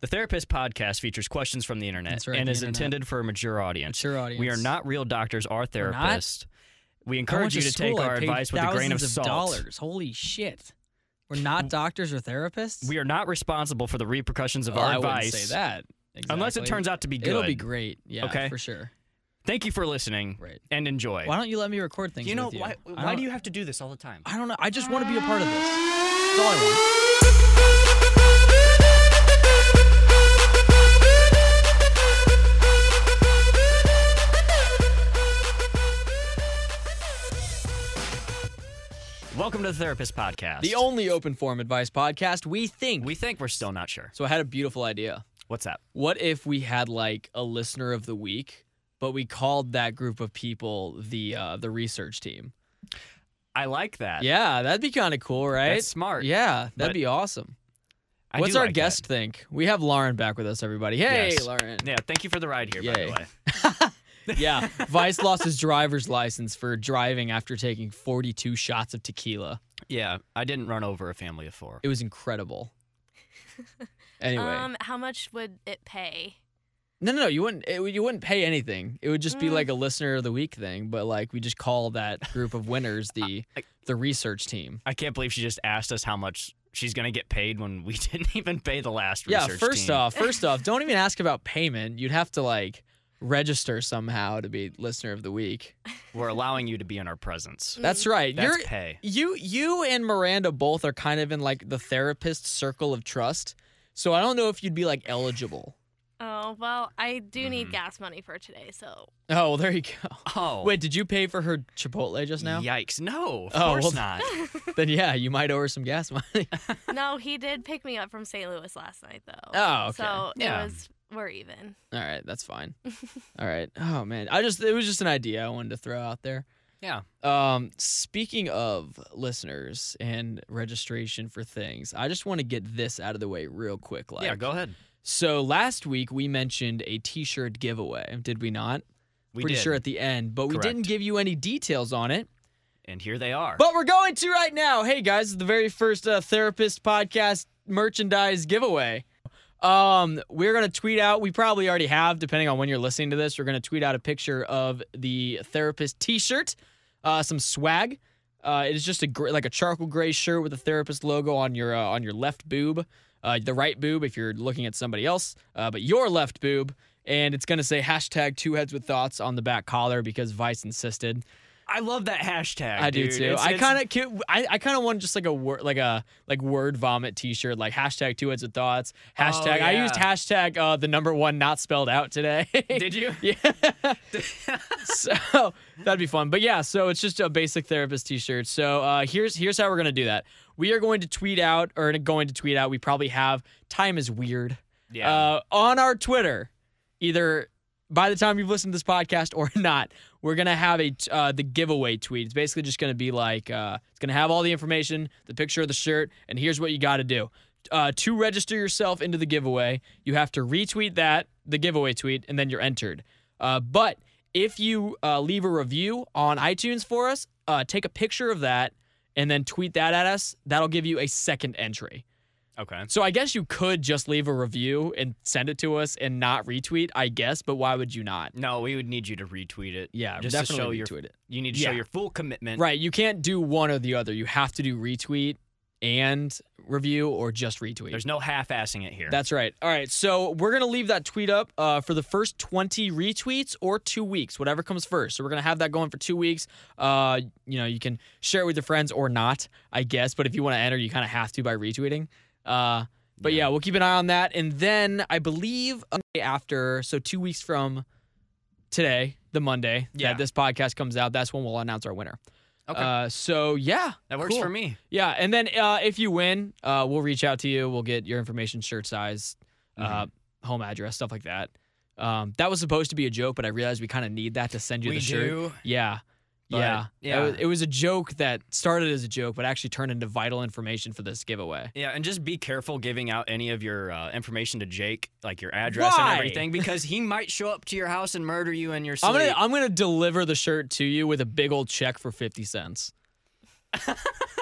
The Therapist podcast features questions from the internet That's right, and the is internet. intended for a mature audience. Mature audience. We are not real doctors or We're not? therapists. We I went encourage you to take school, I our paid advice with a grain of thousands salt. Dollars. Holy shit. We're not doctors or therapists. We are not responsible for the repercussions of Well, our Oh, I advice. wouldn't say that. Unless it exactly. turns out to be good. It'll be great. Yeah, Okay. for sure. Thank you for listening Right. and enjoy. Why don't you let me record things you know with you? why? I Why don't- do you have to do this all the time? I don't know. I just want to be a part of this. That's all I want. Welcome to the Therapist podcast. The only open form advice podcast we think. we think we're still not sure. so I had a beautiful idea. What's that? What if we had like a listener of the week, but we called that group of people the uh, the research team? I like that. Yeah, that'd be kind of cool, right? That's smart. Yeah, that'd But be awesome. I What's do our like that. guest think? We have Lauren back with us, everybody. Hey, Yes. Lauren. Yeah, thank you for the ride here, by Yay. the way. yeah, Vice lost his driver's license for driving after taking 42 shots of tequila. Yeah, I didn't run over a family of four. It was incredible. Anyway, Um, how much would it pay? no, no, no, you wouldn't. It, would- you wouldn't pay anything. It would just be Mm. like a listener of the week thing. But like, we just call that group of winners the I- the research team. I can't believe she just asked us how much she's going to get paid when we didn't even pay the last Yeah. research First team. off, first off, don't even ask about payment. You'd have to like register somehow to be listener of the week. We're allowing you to be in our presence. That's right. That's Mm, You're pay. You you and Miranda both are kind of in like the therapist circle of trust. So I don't know if you'd be like eligible. Oh well, I do Mhm. Mm-hmm. need gas money for today, so Oh, well, there you go. Oh. Wait, did you pay for her Chipotle just now? Yikes. No, of Oh, course well- not. Then yeah, you might owe her some gas money. no, he did pick me up from St. Louis last night though. Oh, okay. So Yeah. it was we're even. All right, that's fine. All right. Oh man, I just it was just an idea I wanted to throw out there. Yeah. Um, speaking of listeners and registration for things, I just want to get this out of the way real quick. Like, yeah, go ahead. so last week we mentioned a T-shirt giveaway, did we not? We pretty did. sure at the end, but we didn't Correct. give you any details on it. and here they are. But we're going to right now. Hey guys, the very first uh, therapist podcast merchandise giveaway. Um, we're gonna tweet out. We probably already have, depending on when you're listening to this. We're gonna tweet out a picture of the therapist T-shirt, uh, some swag. Uh, it is just a gr- like a charcoal gray shirt with a therapist logo on your uh, on your left boob, uh, the right boob if you're looking at somebody else, uh, but your left boob. And it's gonna say hashtag two heads with thoughts on the back collar because Vice insisted. I love that hashtag. I do dude. too. It's- I it's- kind of I, I kind of want just like a word like a like word vomit T-shirt like hashtag two heads of thoughts hashtag I used Oh, yeah. hashtag uh, the number one not spelled out today. Did you? yeah. so that'd be fun. But yeah, so it's just a basic therapist T-shirt. So uh, here's here's how we're gonna do that. We are going to tweet out or going to tweet out. We probably have time is weird Yeah. uh, on our Twitter, either by the time you've listened to this podcast or not, we're gonna have a t- uh, the giveaway tweet. It's basically just gonna be like uh, it's gonna have all the information, the picture of the shirt, and here's what you got to do. Uh, to register yourself into the giveaway, you have to retweet that the giveaway tweet, and then you're entered. Uh, but if you uh, leave a review on iTunes for us, uh, take a picture of that and then tweet that at us. That'll give you a second entry. okay. So I guess you could just leave a review and send it to us and not retweet, I guess, but why would you not? No, we would need you to retweet it. Yeah, just definitely to show retweet your it. you need to show Yeah. your full commitment. Right, you can't do one or the other. You have to do retweet and review or just retweet. There's no half-assing it here. That's right. All right, so we're going to leave that tweet up uh, for the first 20 retweets or two weeks, whatever comes first. So we're going to have that going for two weeks. Uh, you know, you can share it with your friends or not, I guess, but if you want to enter, you kind of have to by retweeting. Uh, but yeah. we'll keep an eye on that. And then I believe a day after, so two weeks from today, the Monday Yeah. that this podcast comes out, that's when we'll announce our winner. Okay. Uh, so yeah, that works cool. for me. Yeah, and then uh, if you win, uh, we'll reach out to you. We'll get your information, shirt size, uh, Mm-hmm. home address, stuff like that. Um, that was supposed to be a joke, but I realized we kind of need that to send you we the shirt. do. Yeah, But, yeah, yeah. It was, it was a joke that started as a joke, but actually turned into vital information for this giveaway. Yeah, and just be careful giving out any of your uh, information to Jake, like your address Why? and everything, because he might show up to your house and murder you in your sleep. I'm gonna I'm gonna deliver the shirt to you with a big old check for fifty cents.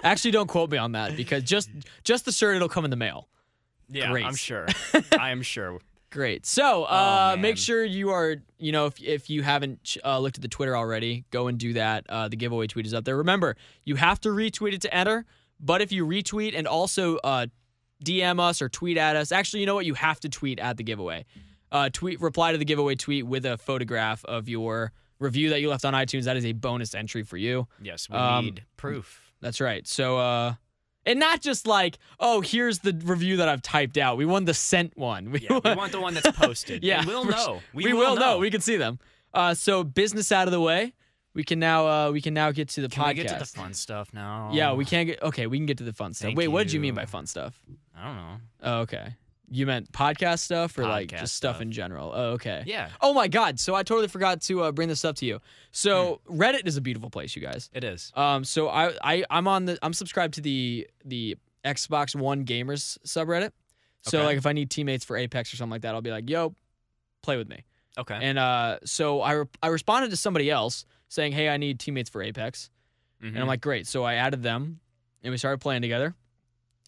actually, don't quote me on that because just just the shirt it'll come in the mail. Yeah, Great. I'm sure. I am sure. Great. So uh, man. make sure you are, you know, if, if you haven't uh, looked at the Twitter already, go and do that. Uh, the giveaway tweet is up there. Remember, you have to retweet it to enter. But if you retweet and also uh, DM us or tweet at us, actually, you know what? You have to tweet at the giveaway. Uh, tweet reply to the giveaway tweet with a photograph of your review that you left on iTunes. That is a bonus entry for you. Yes, we Um, need proof. That's right. So, uh, and not just like, oh, here's the review that I've typed out. We won the sent one. We Yeah, we won- want the one that's posted. Yeah, we will for know. we, will know. We can see them. Uh, so business out of the way, we can now uh, we can now get to the can podcast. we get to the fun stuff now? Yeah, we can't get. Okay, we can get to the fun stuff. Thank Wait, what did you mean you. by fun stuff? I don't know. Oh, okay, you meant podcast stuff or like Podcast just stuff, stuff. in general. Oh, okay. Yeah, Oh my God! So I totally forgot to uh, bring this up to you. So Hmm. Reddit is a beautiful place, you guys. it is. Um, so I, I I'm on the I'm subscribed to the the Xbox One gamers subreddit. So Okay. like if I need teammates for Apex or something like that, I'll be like, yo, play with me. Okay. And uh, so I, re- I responded to somebody else saying, hey, I need teammates for Apex. Mm-hmm. And I'm like, great. So I added them and we started playing together.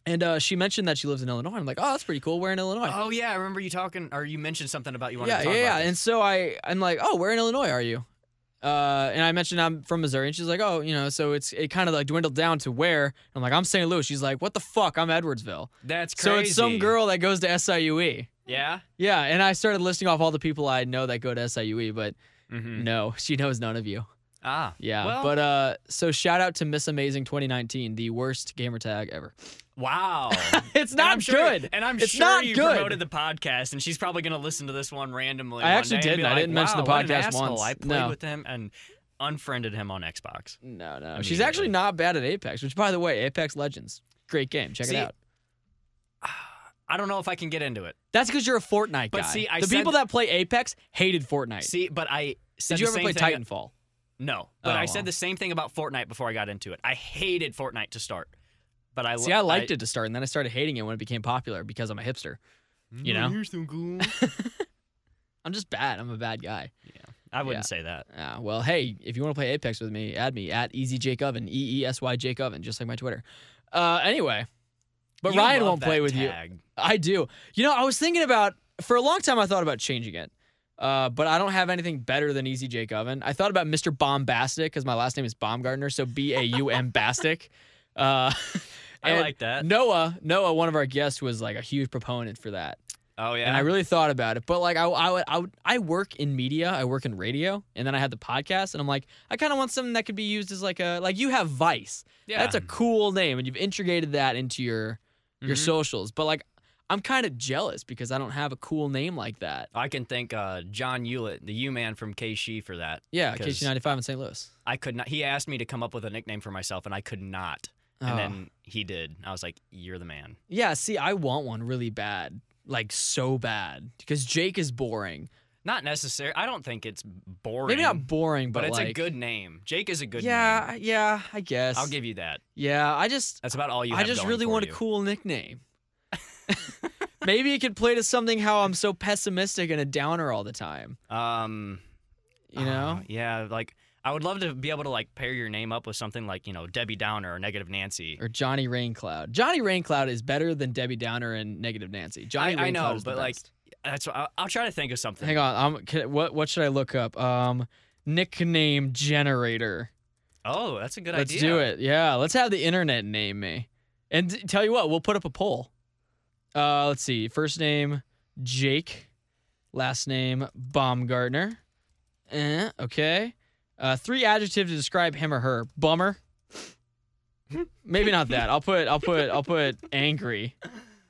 And uh, she mentioned that she lives in Illinois. I'm like, oh, that's pretty cool. We're in Illinois. oh yeah, I remember you talking, or you mentioned something about you wanted yeah, to talk yeah, about yeah. And so I, I'm like, oh, where in Illinois are you? Uh, and I mentioned I'm from Missouri, and she's like, oh, you know, so it's it kind of like dwindled down to where I'm like, I'm St. Louis. She's like, what the fuck? I'm Edwardsville. this. That's crazy. So it's some girl that goes to SIUE. Yeah. E. Yeah, and I started listing off all the people I know that go to SIUE, but Mm-hmm. no, she knows none of you. Ah. Yeah, Well- but uh, so shout out to Miss Amazing 2019, the worst gamer tag ever. Wow. It's And I'm not sure- good. and I'm It's sure not you good. promoted the podcast, and she's probably going to listen to this one randomly. I one actually day and be didn't. I like, didn't mention the "Wow, what an podcast asshole. once." I played No. with him and unfriended him on Xbox. No, no, Oh, she's actually Immediately. not bad at Apex. Which, by the way, Apex Legends, great game. Check See, it out. I don't know if I can get into it. That's because you're a Fortnite But guy. see, I the said- people that play Apex hated Fortnite. See, but I said Did you the ever same play thing- Titanfall? No, but Oh, I well. said the same thing about Fortnite before I got into it. I hated Fortnite to start, but I See, I liked it to start, and then I started hating it when it became popular because I'm a hipster. you know? you're so cool. I'm just bad. I'm a bad guy. I Yeah. wouldn't say that. Uh, well, hey, if you want to play Apex with me, add me at Easy Jake Oven, E E S Y Jake Oven, just like my Twitter. Uh, anyway, but You Ryan love won't play that with you. tag. I do. You know, I was thinking about for a long time. I thought about changing it, uh, but I don't have anything better than Easy Jake Oven. I thought about Mr. Bombastic because my last name is Baumgartner, so B A U M Bastic. Uh, I and like that. Noah, Noah, one of our guests, was like a huge proponent for that, Oh yeah. and I really thought about it. But like, I, I, would- I, would- I work in media, I work in radio, and then I had the podcast, and I'm like, I kind of want something that could be used as like a like you have Vice. yeah. That's a cool name, and you've integrated that into your your Mhm. socials. But like, I'm kind of jealous because I don't have a cool name like that. I can thank uh, John Hewlett, the U man from KC, for that. Yeah, 'Cause- KC95 in St. Louis. I could not. He asked me to come up with a nickname for myself, and I could not. Oh. And then he did. I was like, "You're the man." yeah, see, I want one really bad, like so bad, because Jake is boring. Not necessary. I don't think it's boring. Maybe not boring, but, but, it's like, a good name. Jake is a good yeah, name. yeah, I guess. I'll give you that. Yeah, I just, That's about all you. I have just going really for want you. a cool nickname. Maybe it could play to something how I'm so pessimistic and a downer all the time. Um, You know? uh, yeah, like I would love to be able to like pair your name up with something like you know Debbie Downer or Negative Nancy. or Johnny Raincloud. Johnny Raincloud is better than Debbie Downer and Negative Nancy. Johnny I- I know, Raincloud is the but, like, best. That's what I'll, I'll try to think of something. hang on, um, can, what what should I look up? Um, nickname generator. Oh, that's a good let's idea. do it. Yeah, let's have the internet name me. And t- tell you what, we'll put up a poll. Uh, let's see. First name Jake, last name Baumgartner. Eh, okay. Uh, three adjectives to describe him or her. Bummer. Maybe not that. I'll put I'll put I'll put angry.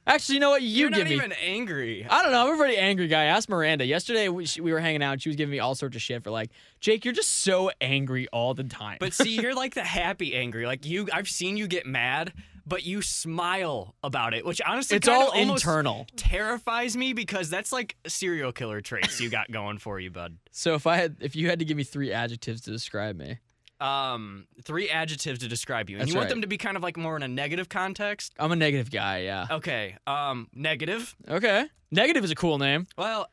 Actually, you know what? You You're give not me. even angry. I don't know. I'm a pretty angry guy. Ask Miranda. Yesterday we, she, we were hanging out. and She was giving me all sorts of shit for like, Jake, you're just so angry all the time. But see, you're like the happy angry. Like you, I've seen you get mad, but you smile about it, which honestly, it's kinda all almost internal. Terrifies me because that's like serial killer traits you got going for you, bud. So if I had, if you had to give me three adjectives to describe me, Um, three adjectives to describe you, and That's you want right. them to be kind of like more in a negative context. I'm a negative guy. Yeah. Okay. Um, negative. Okay. Negative is a cool name. Well,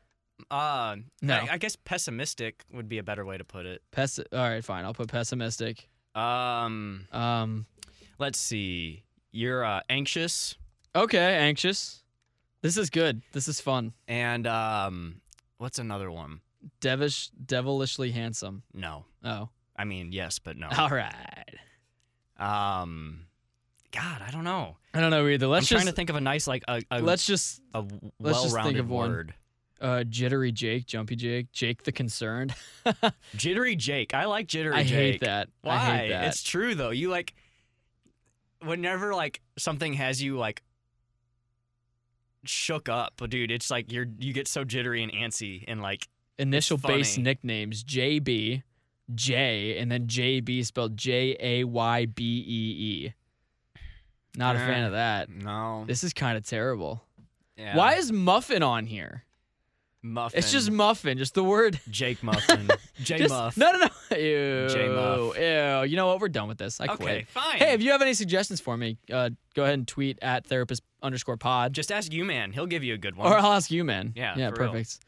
uh, No. I, I guess pessimistic would be a better way to put it. Pess. All right, fine. I'll put pessimistic. Um, Um. let's see. You're uh, anxious. Okay. Anxious. This is good. This is fun. And um, what's another one? Devish, devilishly handsome. No, Oh, I mean yes, but no. all right. Um, God, I don't know. I don't know either. Let's I'm trying to just think of a nice like a, a let's just a w- let's just think well-rounded of one. word. uh, jittery Jake, jumpy Jake, Jake the concerned. Jittery Jake. I like jittery I Jake. hate that. Why? I hate that. It's true though. You like whenever like something has you like shook up, dude. It's like you're you get so jittery and antsy and like Initial base funny. nicknames JB, J, and then JB spelled J A Y B E E. Not a fan Uh, of that. no. This is kind of terrible. Yeah. Why is muffin on here? muffin? It's just muffin, just the word. Jake Muffin. J Just- Muff. No, no, no. Ew. J-Muff. Ew. You know what? We're done with this. I okay, quit. fine. Hey, if you have any suggestions for me, uh, go ahead and tweet at therapist underscore pod. just ask you, man. He'll give you a good one. Or I'll ask you, man. Yeah, Yeah, for real. perfect.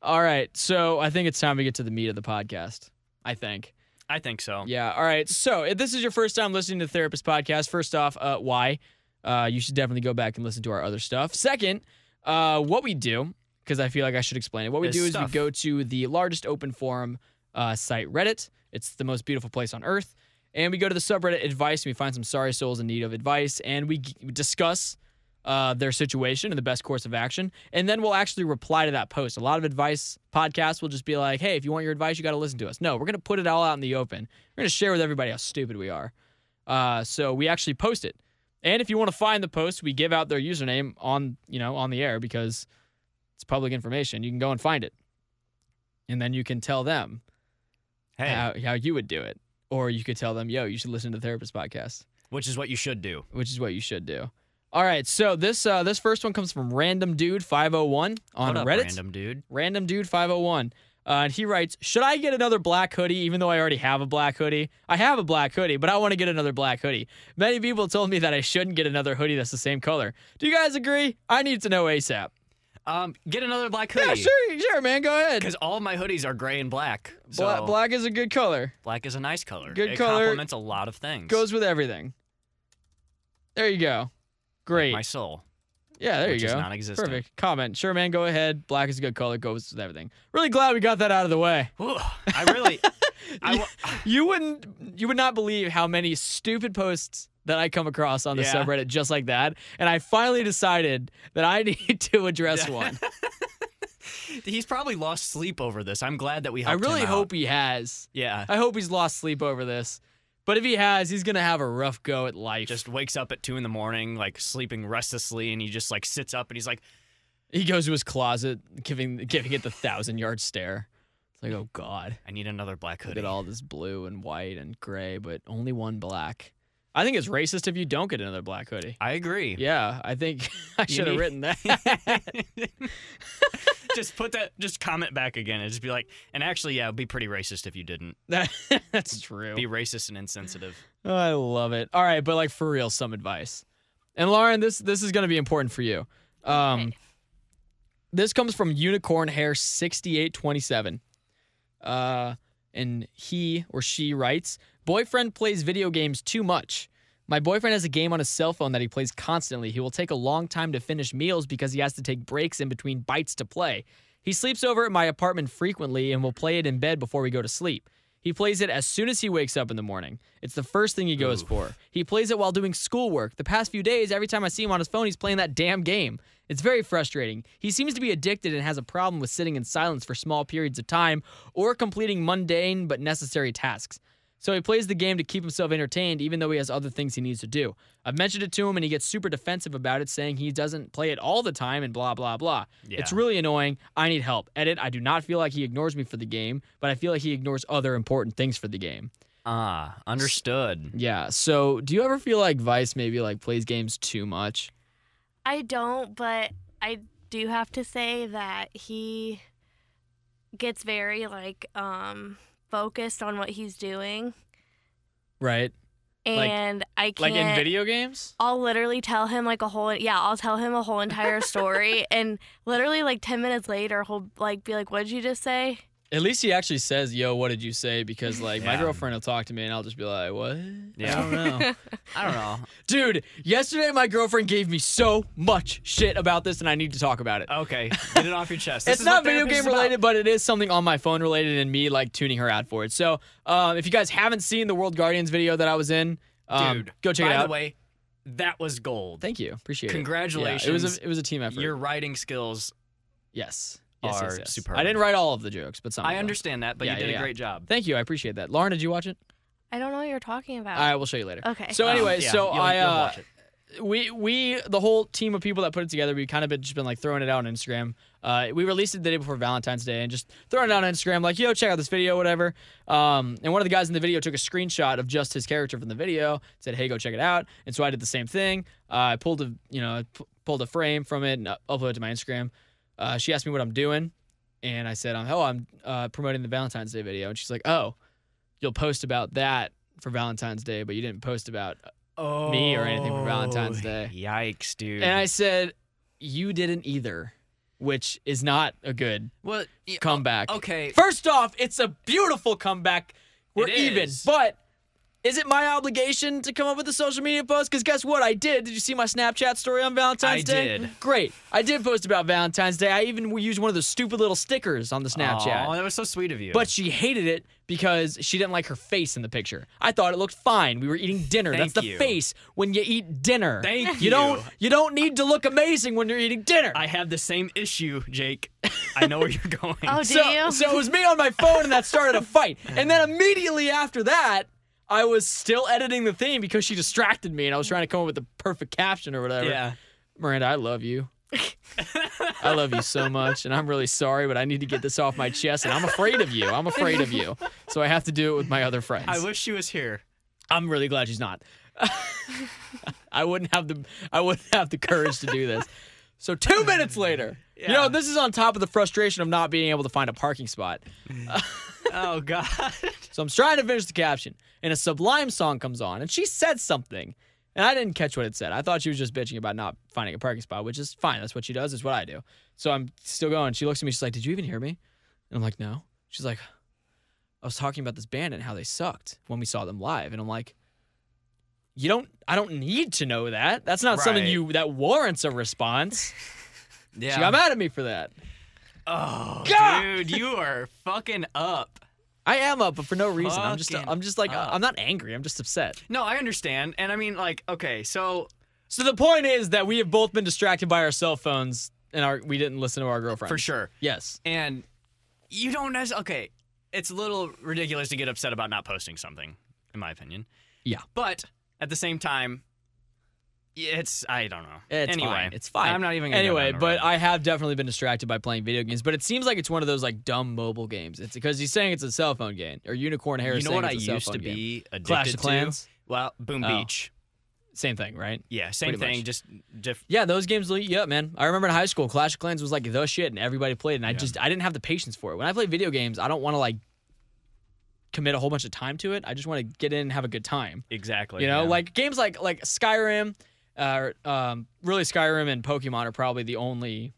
All right. So I think it's time we get to the meat of the podcast. I think. I think so. Yeah. All right. So if this is your first time listening to the Therapist Podcast, first off, uh, why? Uh, you should definitely go back and listen to our other stuff. Second, uh, what we do, because I feel like I should explain it. What we Is do is stuff. we go to the largest open forum uh, site, Reddit. It's the most beautiful place on earth. And we go to the subreddit advice. And we find some sorry souls in need of advice, and we g- discuss uh, their situation and the best course of action. And then we'll actually reply to that post. A lot of advice podcasts will just be like, hey, if you want your advice, you got to listen to us. No, we're going to put it all out in the open. We're going to share with everybody how stupid we are. Uh, so we actually post it. And if you want to find the post, we give out their username on, you know, on the air because it's public information. You can go and find it. And then you can tell them Hey, how, how you would do it. Or you could tell them, yo, you should listen to the therapist podcast which is what you should do. which is what you should do. All right, so this uh, this first one comes from Random Dude 501 on what up, Reddit. random dude? Random Dude 501. Uh, and he writes, "Should I get another black hoodie even though I already have a black hoodie? I have a black hoodie, but I want to get another black hoodie. Many people told me that I shouldn't get another hoodie that's the same color. Do you guys agree? I need to know ASAP." Um, get another black hoodie. Yeah, sure, sure, man, go ahead. Because all my hoodies are gray and black. So Bla- black is a good color. black is a nice color. Good it color. complements a lot of things. Goes with everything. There you go. Great. my soul. Yeah, there which you is go. non-existent. Perfect comment. Sure, man. Go ahead. Black is a good color. Goes with everything. Really glad we got that out of the way. Whew, I really, I, wa- You wouldn't, you would not believe how many stupid posts that I come across on the Yeah. subreddit just like that. And I finally decided that I need to address one. he's probably lost sleep over this. I'm glad that we I helped really him out. hope he has. Yeah, I hope he's lost sleep over this. But if he has, he's gonna have a rough go at life. just wakes up at two in the morning, like sleeping restlessly, and he just like sits up and he's like, he goes to his closet, giving giving it the thousand yard stare. It's like, oh god. "I need another black Look hoodie." at all this blue and white and gray, but only one black. I think it's racist if you don't get another black hoodie. I agree. Yeah, I think I You should have need- written that. just put that. Just comment back again and just be like, and actually, yeah, it'd be pretty racist if you didn't. That- That's true. Be racist and insensitive. Oh, I love it. All right, but like for real, some advice. And Lauren, this this is gonna be important for you. Um, Okay. This comes from Unicorn Hair sixty eight twenty seven, uh, and he or she writes, "Boyfriend plays video games too much. My boyfriend has a game on his cell phone that he plays constantly. He will take a long time to finish meals because he has to take breaks in between bites to play. He sleeps over at my apartment frequently and will play it in bed before we go to sleep. He plays it as soon as he wakes up in the morning. It's the first thing he goes for. He plays it while doing schoolwork. The past few days, every time I see him on his phone, he's playing that damn game. It's very frustrating. He seems to be addicted and has a problem with sitting in silence for small periods of time or completing mundane but necessary tasks. So he plays the game to keep himself entertained, even though he has other things he needs to do. I've mentioned it to him, and he gets super defensive about it, saying he doesn't play it all the time and blah, blah, blah. Yeah. It's really annoying. I need help. Edit, I do not feel like he ignores me for the game, but I feel like he ignores other important things for the game. Ah, understood. Yeah. So do you ever feel like Vice maybe like plays games too much? I don't, but I do have to say that he gets very like um focused on what he's doing, Right. Like- and I can't. Like in video games? I'll literally tell him like a whole yeah, I'll tell him a whole entire story and literally like 10 minutes later he'll like be like what did you just say? At least he actually says, "Yo, what did you say?" Because like my Yeah. girlfriend will talk to me, and I'll just be like, "What?" Yeah. I don't know. I don't know. Dude, yesterday my girlfriend gave me so much shit about this, and I need to talk about it. Okay, get it off your chest. This it's is what not video therapy is game about. related, but it is something on my phone related, and me like tuning her out for it. So, um, if you guys haven't seen the World Guardians video that I was in, um, Dude, go check by it out. the way, that was gold. Thank you, appreciate it. Yeah, it Congratulations. was a, it was a team effort. Your writing skills, yes, yes, yes, are yes. superb. I didn't write all of the jokes, but some. of I them. understand that, but Oh Yeah, you did yeah, yeah. a great job. Thank you, I appreciate that. Lauren, did you watch it? I don't know what you're talking about. I will show you later. Okay. So anyway, Um, yeah, so you'll- I you'll uh, watch it. we we the whole team of people that put it together we kind of been, just been like throwing it out on instagram uh, we released it the day before valentine's day and just throwing it out on instagram like yo check out this video whatever um, and one of the guys in the video took a screenshot of just his character from the video said hey go check it out and so i did the same thing uh, i pulled a you know I pu- pulled a frame from it and uh, uploaded it to my instagram uh, she asked me what i'm doing and i said oh i'm uh, promoting the valentine's day video and she's like oh you'll post about that for valentine's day but you didn't post about oh, me or anything for Valentine's Day. Yikes, dude. and I said, "You didn't either," which is not a good well, yeah, comeback. Oh, okay. First off, it's a beautiful comeback. We're It even, is. but is it my obligation to come up with a social media post? Because guess what? I did. Did you see my Snapchat story on Valentine's I Day? did. Great. I did post about Valentine's Day. I even used one of those stupid little stickers on the Snapchat. Aw, that was so sweet of you. But she hated it because she didn't like her face in the picture. I thought it looked fine. We were eating dinner. Thank That's the you. face when you eat dinner. Thank You don't you. you don't need to look amazing when you're eating dinner. I have the same issue, Jake. I know where you're going. oh, do so, you? so it was me on my phone and that started a fight. And then immediately after that, I was still editing the thing because she distracted me and I was trying to come up with the perfect caption or whatever. yeah. Miranda, I love you. I love you so much, and I'm really sorry, but I need to get this off my chest, and I'm afraid of you. I'm afraid of you, so I have to do it with my other friends. I wish she was here. I'm really glad she's not. I wouldn't have the I wouldn't have the courage to do this. So two minutes later, you know, Yeah. this is on top of the frustration of not being able to find a parking spot. Oh God. So I'm trying to finish the caption, and a Sublime song comes on, and she said something, and I didn't catch what it said. I thought she was just bitching about not finding a parking spot, which is fine. That's what she does. It's what I do. So I'm still going. She looks at me. She's like, "Did you even hear me?" And I'm like, "No." She's like, "I was talking about this band and how they sucked when we saw them live," and I'm like. You don't. I don't need to know that. That's not something Right. you that warrants a response. Yeah. She got mad at me for that. Oh, God. dude, you are fucking up. I am up, but for no reason. I'm just. Fucking I'm just like. up. I'm not angry. I'm just upset. No, I understand, and I mean, like, okay, so So the point is that we have both been distracted by our cell phones and our we didn't listen to our girlfriend. for sure, Yes. and you don't necessarily. Okay, it's a little ridiculous to get upset about not posting something, in my opinion. Yeah. but at the same time, it's I don't know. It's anyway, fine. It's fine. I'm not even gonna go Anyway, down the but road. I have definitely been distracted by playing video games, but it seems like it's one of those like dumb mobile games. It's because he's saying it's a cell phone game or Unicorn Hair. you is know saying what I it's a cell used phone to game. be addicted Clash of to? Clans. Well, Boom Oh. Beach. Same thing, right? Yeah, same Pretty thing. much. Just diff- Yeah, those games lead you up, man. I remember in high school, Clash of Clans was like the shit, and everybody played. And I Yeah. just I didn't have the patience for it. When I play video games, I don't want to like commit a whole bunch of time to it. I just want to get in and have a good time. exactly. you know, yeah. like games like like Skyrim, uh, um, really Skyrim and Pokemon are probably the only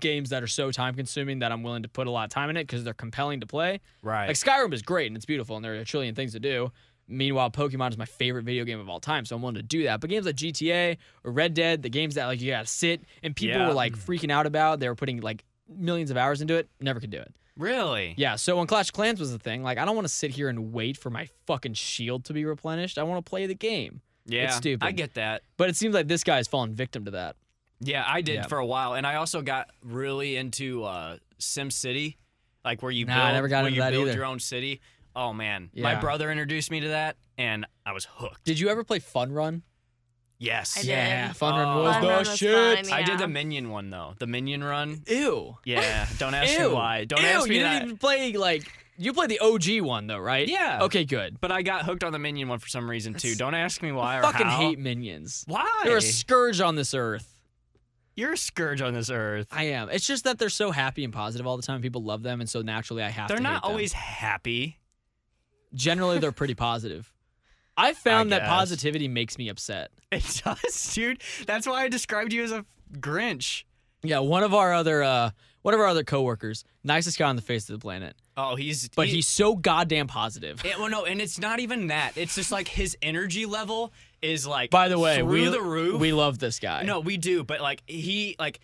games that are so time consuming that I'm willing to put a lot of time in it because they're compelling to play. right. Like Skyrim is great and it's beautiful and there are a trillion things to do. Meanwhile, Pokemon is my favorite video game of all time, so I'm willing to do that. But games like GTA or Red Dead, the games that like you gotta sit and people Yeah. were like freaking out about, they were putting like millions of hours into it, never could do it. really? Yeah, so when Clash of Clans was a thing, like I don't want to sit here and wait for my fucking shield to be replenished. I want to play the game. Yeah. stupid. I get that. But it seems like this guy's fallen victim to that. Yeah, I did Yeah. for a while, and I also got really into uh, Sim City, like where you Nah, I build, never got where into you that build either. your own city. Oh man, my Yeah. brother introduced me to that, and I was hooked. Did you ever play Fun Run? Yes, I did. Yeah, Fun Run Oh. was Fun the Run was shit. fun, I did Yeah. the minion one though, the minion run. Ew. Yeah, don't ask Ew. me why. Don't Ew. ask me you that. didn't even play like you played the OG one though, right? Yeah. Okay, good. But I got hooked on the minion one for some reason too. That's- Don't ask me why or Fucking how. hate minions. Why? They're a scourge on this earth. You're a scourge on this earth. I am. It's just that they're so happy and positive all the time. People love them, and so naturally I have They're to. hate not them. always happy. Generally, they're pretty positive. I found that guess. positivity makes me upset. It does, dude. That's why I described you as a Grinch. Yeah, one of our other uh, one of our other coworkers, nicest guy on the face of the planet, Oh, he's but he- he's so goddamn positive. It, well, no, and it's not even that. It's just like his energy level is like. By the way, through we the roof. we love this guy. no, we do, but like he like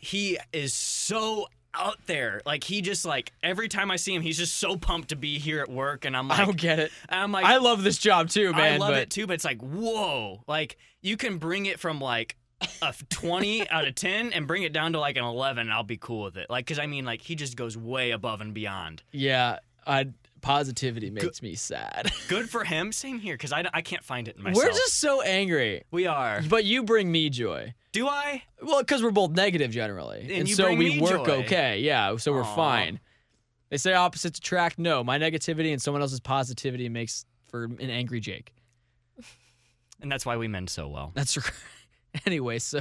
he is so out there. Like he just like every time I see him, he's just so pumped to be here at work, and I'm like, I don't get it. I'm like, I love this job too, man. I love but it too, but it's like, whoa, like you can bring it from like a 20 out of 10 and bring it down to like an 11 and I'll be cool with it. Like, cause I mean, like he just goes way above and beyond. Yeah, I, positivity makes me sad. Good for him. Same here, cause I, I can't find it in myself. We're just so angry, we are. but you bring me joy. Do I? Well, because we're both negative generally, and, you so bring we me work joy. okay. Yeah, so we're Aw. fine. They say opposites attract. No, my negativity and someone else's positivity makes for an angry Jake. And that's why we mend so well. That's right. Anyway, so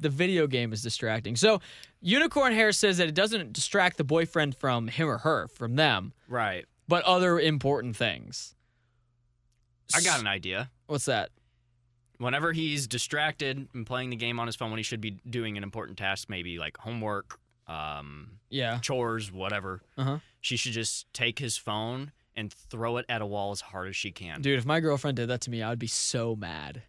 the video game is distracting. So Unicorn Hair says that it doesn't distract the boyfriend from him or her, from them, Right. but other important things. I got an idea. What's that? Whenever he's distracted and playing the game on his phone when he should be doing an important task, maybe like homework, um, Yeah. chores, whatever, Uh-huh. she should just take his phone and throw it at a wall as hard as she can. Dude, if my girlfriend did that to me, I would be so mad.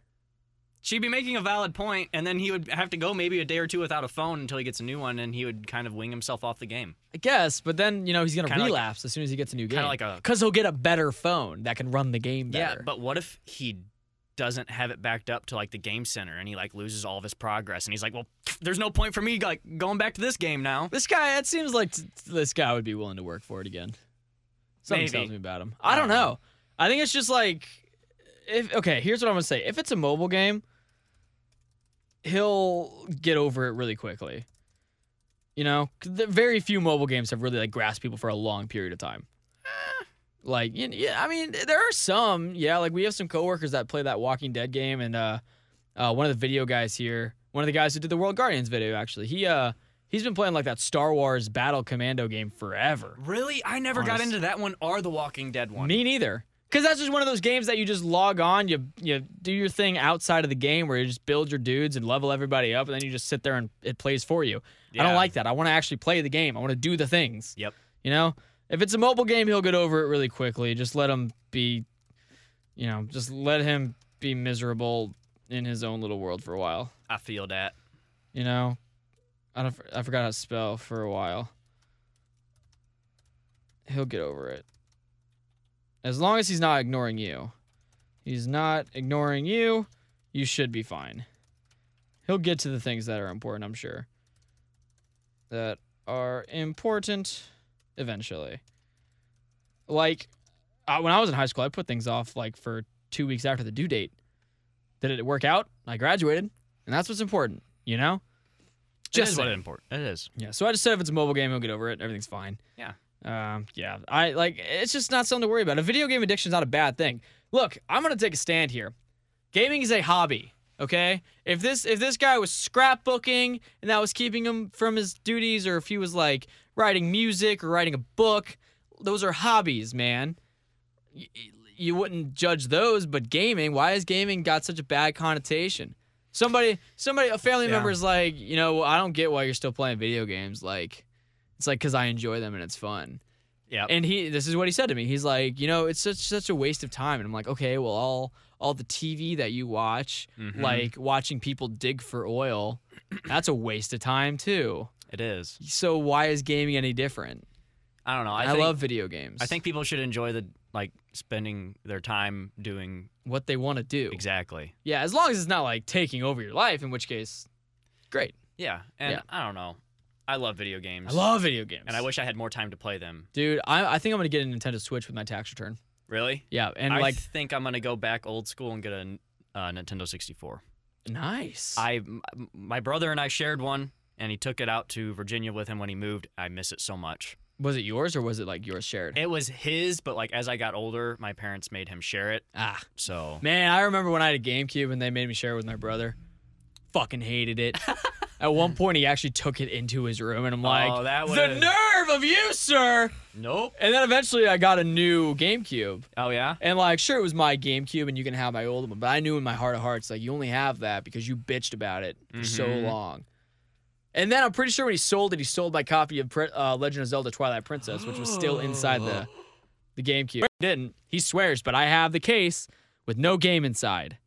She'd be making a valid point, and then he would have to go maybe a day or two without a phone until he gets a new one, and he would kind of wing himself off the game. I guess, but then, you know, he's going to Kinda like- relapse as soon as he gets a new game. kinda like a- Because he'll get a better phone that can run the game better. Yeah, but what if he doesn't have it backed up to like the game center, and he like loses all of his progress, and he's like, "Well, there's no point for me like going back to this game now." This guy, it seems like t- t- this guy would be willing to work for it again. Something Maybe. tells me about him. I don't know. I think it's just like, if okay, here's what I'm gonna say. If it's a mobile game, he'll get over it really quickly. You know, 'Cause the very few mobile games have really like grasped people for a long period of time. Eh, Like, you- yeah, I mean, there are some, yeah. Like we have some coworkers that play that Walking Dead game, and uh, uh, one of the video guys here, one of the guys who did the World Guardians video, actually, he uh, he's been playing like that Star Wars Battle Commando game forever. Really, I never got Honest. into that one or the Walking Dead one. Me neither. Cause that's just one of those games that you just log on, you you do your thing outside of the game where you just build your dudes and level everybody up, and then you just sit there and it plays for you. I don't Yeah. like that. I want to actually play the game. I want to do the things. Yep. You know, if it's a mobile game, he'll get over it really quickly. Just let him be, you know, just let him be miserable in his own little world for a while. I feel that. You know, I don't. I forgot how to spell for a while. He'll get over it. As long as he's not ignoring you, he's not ignoring you. You should be fine. He'll get to the things that are important. I'm sure. That are important, eventually. Like, I, when I was in high school, I put things off like for two weeks after the due date. Did it work out? I graduated, and that's what's important. You know. Just saying. what important it is. Yeah, so I just said if it's a mobile game, he'll get over it. Everything's fine. Yeah. Um, yeah, I like it's just not something to worry about. A video game addiction is not a bad thing. Look, I'm gonna take a stand here. Gaming is a hobby. Okay, if this if this guy was scrapbooking and that was keeping him from his duties, or if he was like writing music or writing a book, those are hobbies, man. Y- y- you wouldn't judge those, but gaming. Why has gaming got such a bad connotation? Somebody, somebody, a family Yeah. member is like, you know, I don't get why you're still playing video games. Like, it's like because I enjoy them and it's fun. Yeah. And he, this is what he said to me. He's like, you know, it's such such a waste of time. And I'm like, okay, well, all all the TV that you watch, Mhm. like watching people dig for oil, that's a waste of time too. It is. So why is gaming any different? I don't know. I, I, think, love video games. I think people should enjoy the like spending their time doing what they want to do. exactly. Yeah, as long as it's not like taking over your life, in which case, great. Yeah. And Yeah. I don't know. I love video games. I love video games. and I wish I had more time to play them. dude, I, I think I'm gonna get a Nintendo Switch with my tax return. Really? Yeah, and I like, think I'm gonna go back old school and get a uh, Nintendo 64. nice. I m- my brother and I shared one, and he took it out to Virginia with him when he moved. I miss it so much. was it yours or was it like yours shared? It was his, but like as I got older, my parents made him share it. ah, So man, I remember when I had a GameCube and they made me share it with my brother. Fucking hated it. At one point, he actually took it into his room, and I'm like, Oh, that the would've- nerve of you, sir! nope. And then eventually, I got a new GameCube. Oh yeah. And like, sure, it was my GameCube, and you can have my old one, but I knew in my heart of hearts, like, you only have that because you bitched about it for so Mhm. long. And then I'm pretty sure when he sold it, he sold my copy of Pri- uh, Legend of Zelda: Twilight Princess, which was still inside the the GameCube. He didn't. He swears, but I have the case with no game inside,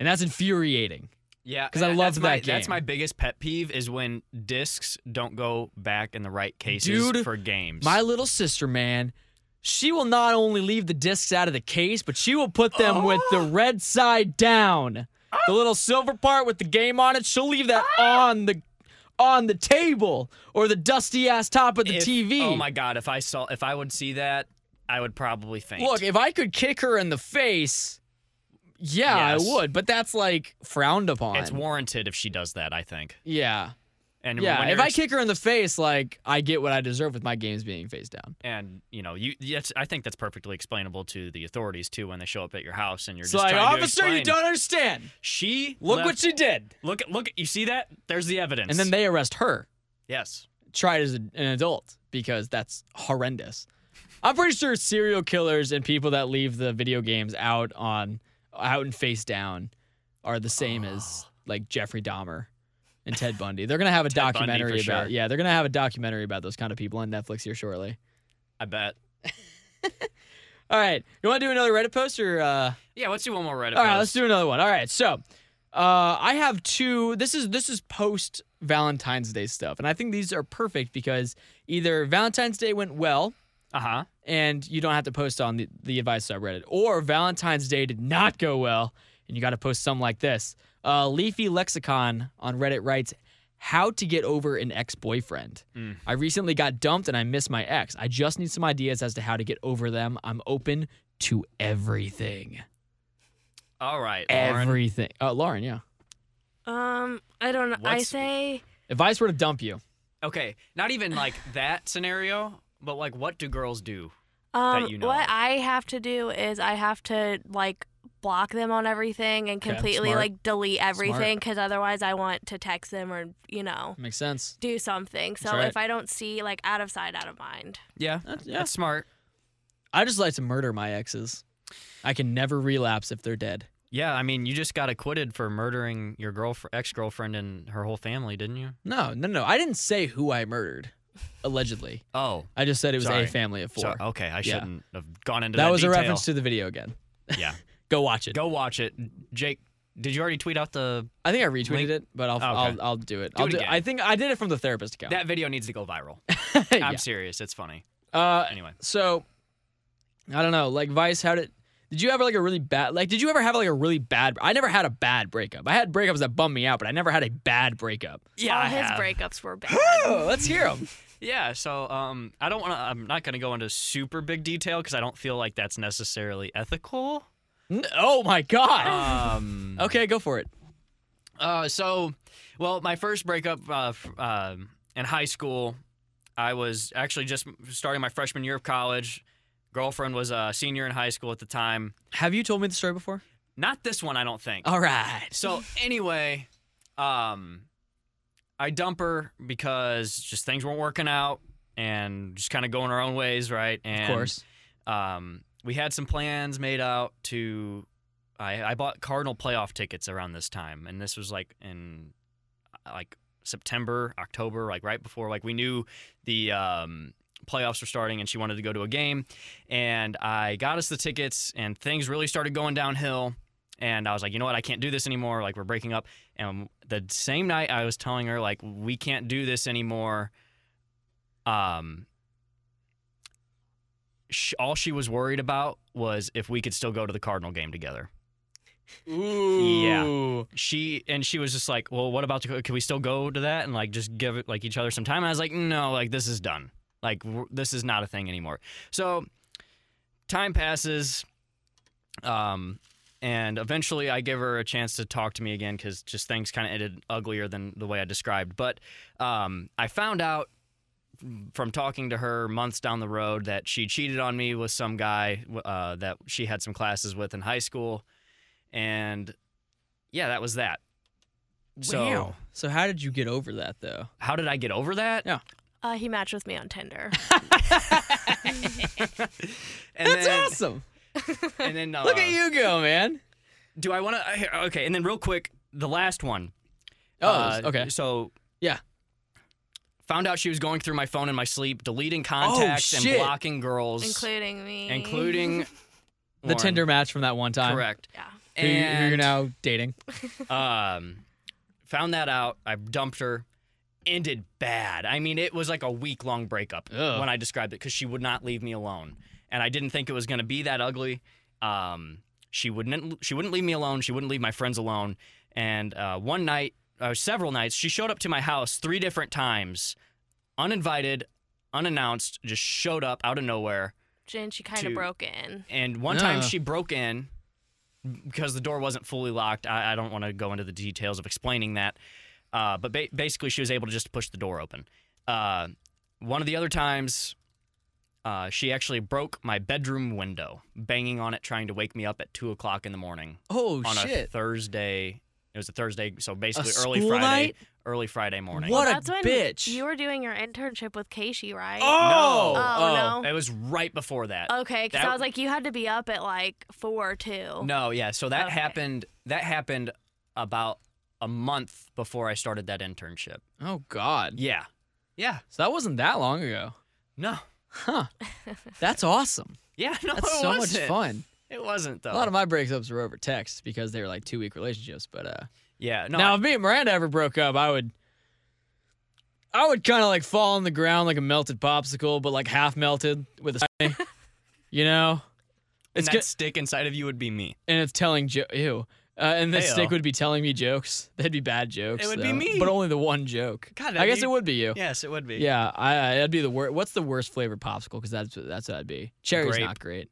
and that's infuriating. Yeah, 'Cause I and love that's my, that That's game. my biggest pet peeve is when discs don't go back in the right cases Dude, for games. My little sister, man, she will not only leave the discs out of the case, but she will put them with the Oh. red side down. The little silver part with the game on it, she'll leave that Ah. on the on the table or the dusty ass top of the If- TV. Oh my god, if I saw if I would see that, I would probably faint. Look, if I could kick her in the face, yeah, Yes. I would, but that's like frowned upon. it's warranted if she does that, I think. yeah. And Yeah, when if you're I kick her in the face, like I get what I deserve with my games being face down. and you know, you yes, I think that's perfectly explainable to the authorities too when they show up at your house and you're It's just like, trying to officer, you explain." don't understand. She Look left, what she did. look at look at you see that? There's the evidence. And then they arrest her, yes, tried as a, an adult, because that's horrendous. I'm pretty sure serial killers and people that leave the video games out on out and face down are the same as Ah. like Jeffrey Dahmer and Ted Bundy. They're gonna have a Bundy, for documentary about sure. yeah, they're gonna have a documentary about those kind of people on Netflix here shortly. I bet. All right, you want to do another Reddit post or? Uh, Yeah, let's do one more Reddit. All right, post. let's do another one. All right, so uh, I have two. This is this is post Valentine's Day stuff, and I think these are perfect because either Valentine's Day went well Uh-huh. and you don't have to post on the, the advice subreddit, or Valentine's Day did not go well and you got to post something like this. Uh, Leafy Lexicon on Reddit writes. How to get over an ex boyfriend. Mm. I recently got dumped and I miss my ex. I just need some ideas as to how to get over them. I'm open to everything. All right. Lauren. Everything. Uh, Lauren, yeah. Um, I don't know. I What's- say If I were to dump you, Okay, not even like that scenario, but like what do girls do? um you know what of. I have to do is I have to like block them on everything and Okay, completely smart. like delete everything cuz otherwise I want to text them or, you know, makes sense. do something. So That's right. if I don't see like out of sight out of mind. Yeah. That's, That's smart. Uh, I just like to murder my exes. I can never relapse if they're dead. Yeah, I mean, you just got acquitted for murdering your girlfriend, ex girlfriend, and her whole family, didn't you? No, no, no. I didn't say who I murdered, allegedly. Oh, I just said it was Sorry. a family of four. sorry. Okay, I Yeah. shouldn't have gone into that, that. was a detail. reference to the video again. Yeah, Go watch it. go watch it, Jake. Did you already tweet out the? I think I retweeted Link- it, but I'll, Oh, okay. I'll I'll do it. Do I'll it do, again. I think I did it from the therapist account. That video needs to go viral. Yeah. I'm serious. It's funny. Uh, Anyway, so I don't know, like Vice, how did did you ever like a really bad like did you ever have like a really bad I never had a bad breakup. I had breakups that bummed me out, but I never had a bad breakup. yeah, All I his have. breakups were bad. Oh, let's hear them. Yeah, so um, I don't want to. I'm not going to go into super big detail because I don't feel like that's necessarily ethical. oh my god. Um, okay, go for it. Uh, so, well, my first breakup uh, f- um in high school, I was actually just starting my freshman year of college. Girlfriend was a senior in high school at the time. Have you told me the story before? Not this one, I don't think. All right. So anyway, um, I dump her because just things weren't working out and just kind of going our own ways, right? And of course. um, we had some plans made out to. I, I bought Cardinal playoff tickets around this time, and this was like in like September, October, like right before like we knew the um, playoffs were starting, and she wanted to go to a game, and I got us the tickets, and things really started going downhill. And I was like, you know what? I can't do this anymore. Like, we're breaking up. And the same night, I was telling her, like, we can't do this anymore. Um, sh- all she was worried about was if we could still go to the Cardinal game together. Ooh. She and she was just like, "Well, what about the, can we still go to that and like just give it like each other some time?" And I was like, "No, like this is done. Like w- this is not a thing anymore." So time passes um and eventually I give her a chance to talk to me again cuz just things kind of ended uglier than the way I described, but um I found out from talking to her months down the road that she cheated on me with some guy uh, that she had some classes with in high school, and yeah, that was that. So Wow. So how did you get over that though? how did I get over that? Yeah. Uh, he matched with me on Tinder. And That's then, awesome. And then uh, Look at you go, man. Do I want to? Okay, and then real quick, the last one. Oh, Uh, okay. So Yeah. Found out she was going through my phone in my sleep, deleting contacts and Oh, shit. blocking girls, including me. including The Lauren. Tinder match from that one time. Correct. Yeah. Who, you- who you're And- now dating. um, found that out. I dumped her. Ended bad. I mean, it was like a week long breakup Ugh. when I described it because she would not leave me alone, and I didn't think it was going to be that ugly. Um, she wouldn't. She wouldn't leave me alone. She wouldn't leave my friends alone. And uh, one night, uh, several nights, she showed up to my house three different times, uninvited, unannounced, just showed up out of nowhere. Jen, she kind of to- broke in. And one time Yeah. she broke in because the door wasn't fully locked. I, I don't want to go into the details of explaining that. Uh, but ba- basically, she was able to just push the door open. Uh, one of the other times, uh, she actually broke my bedroom window, banging on it, trying to wake me up at two o'clock in the morning Oh on a shit! Thursday. It was a Thursday, so basically school early Friday, night? early Friday morning. What a That's when bitch. you were doing your internship with Casey, right? oh, No. Oh, It was right before that. Okay, because That- I was like, you had to be up at like four too. No, yeah. So that Okay. happened. That happened about a month before I started that internship. Oh god. Yeah. Yeah. So that wasn't that long ago. No. Huh. That's awesome. Yeah. No. That's it Oh. so much wasn't. fun. It wasn't though. A lot of my breakups were over text because they were like two week relationships. But uh, yeah. No. now I- if me and Miranda ever broke up, I would, I would kind of like fall on the ground like a melted popsicle, but like half melted with a, s- you know, and it's that good, stick inside of you would be me. and it's telling jo- ew, uh, and this Heyo. stick would be telling me jokes. They'd be bad jokes. would be though, me. but only the one joke. God, that'd I guess be- it would be you. Yes, it would be. Yeah, I, I- that'd be the worst. What's the worst flavored popsicle? Because that's that's what I'd be. Cherry's Grape. not great.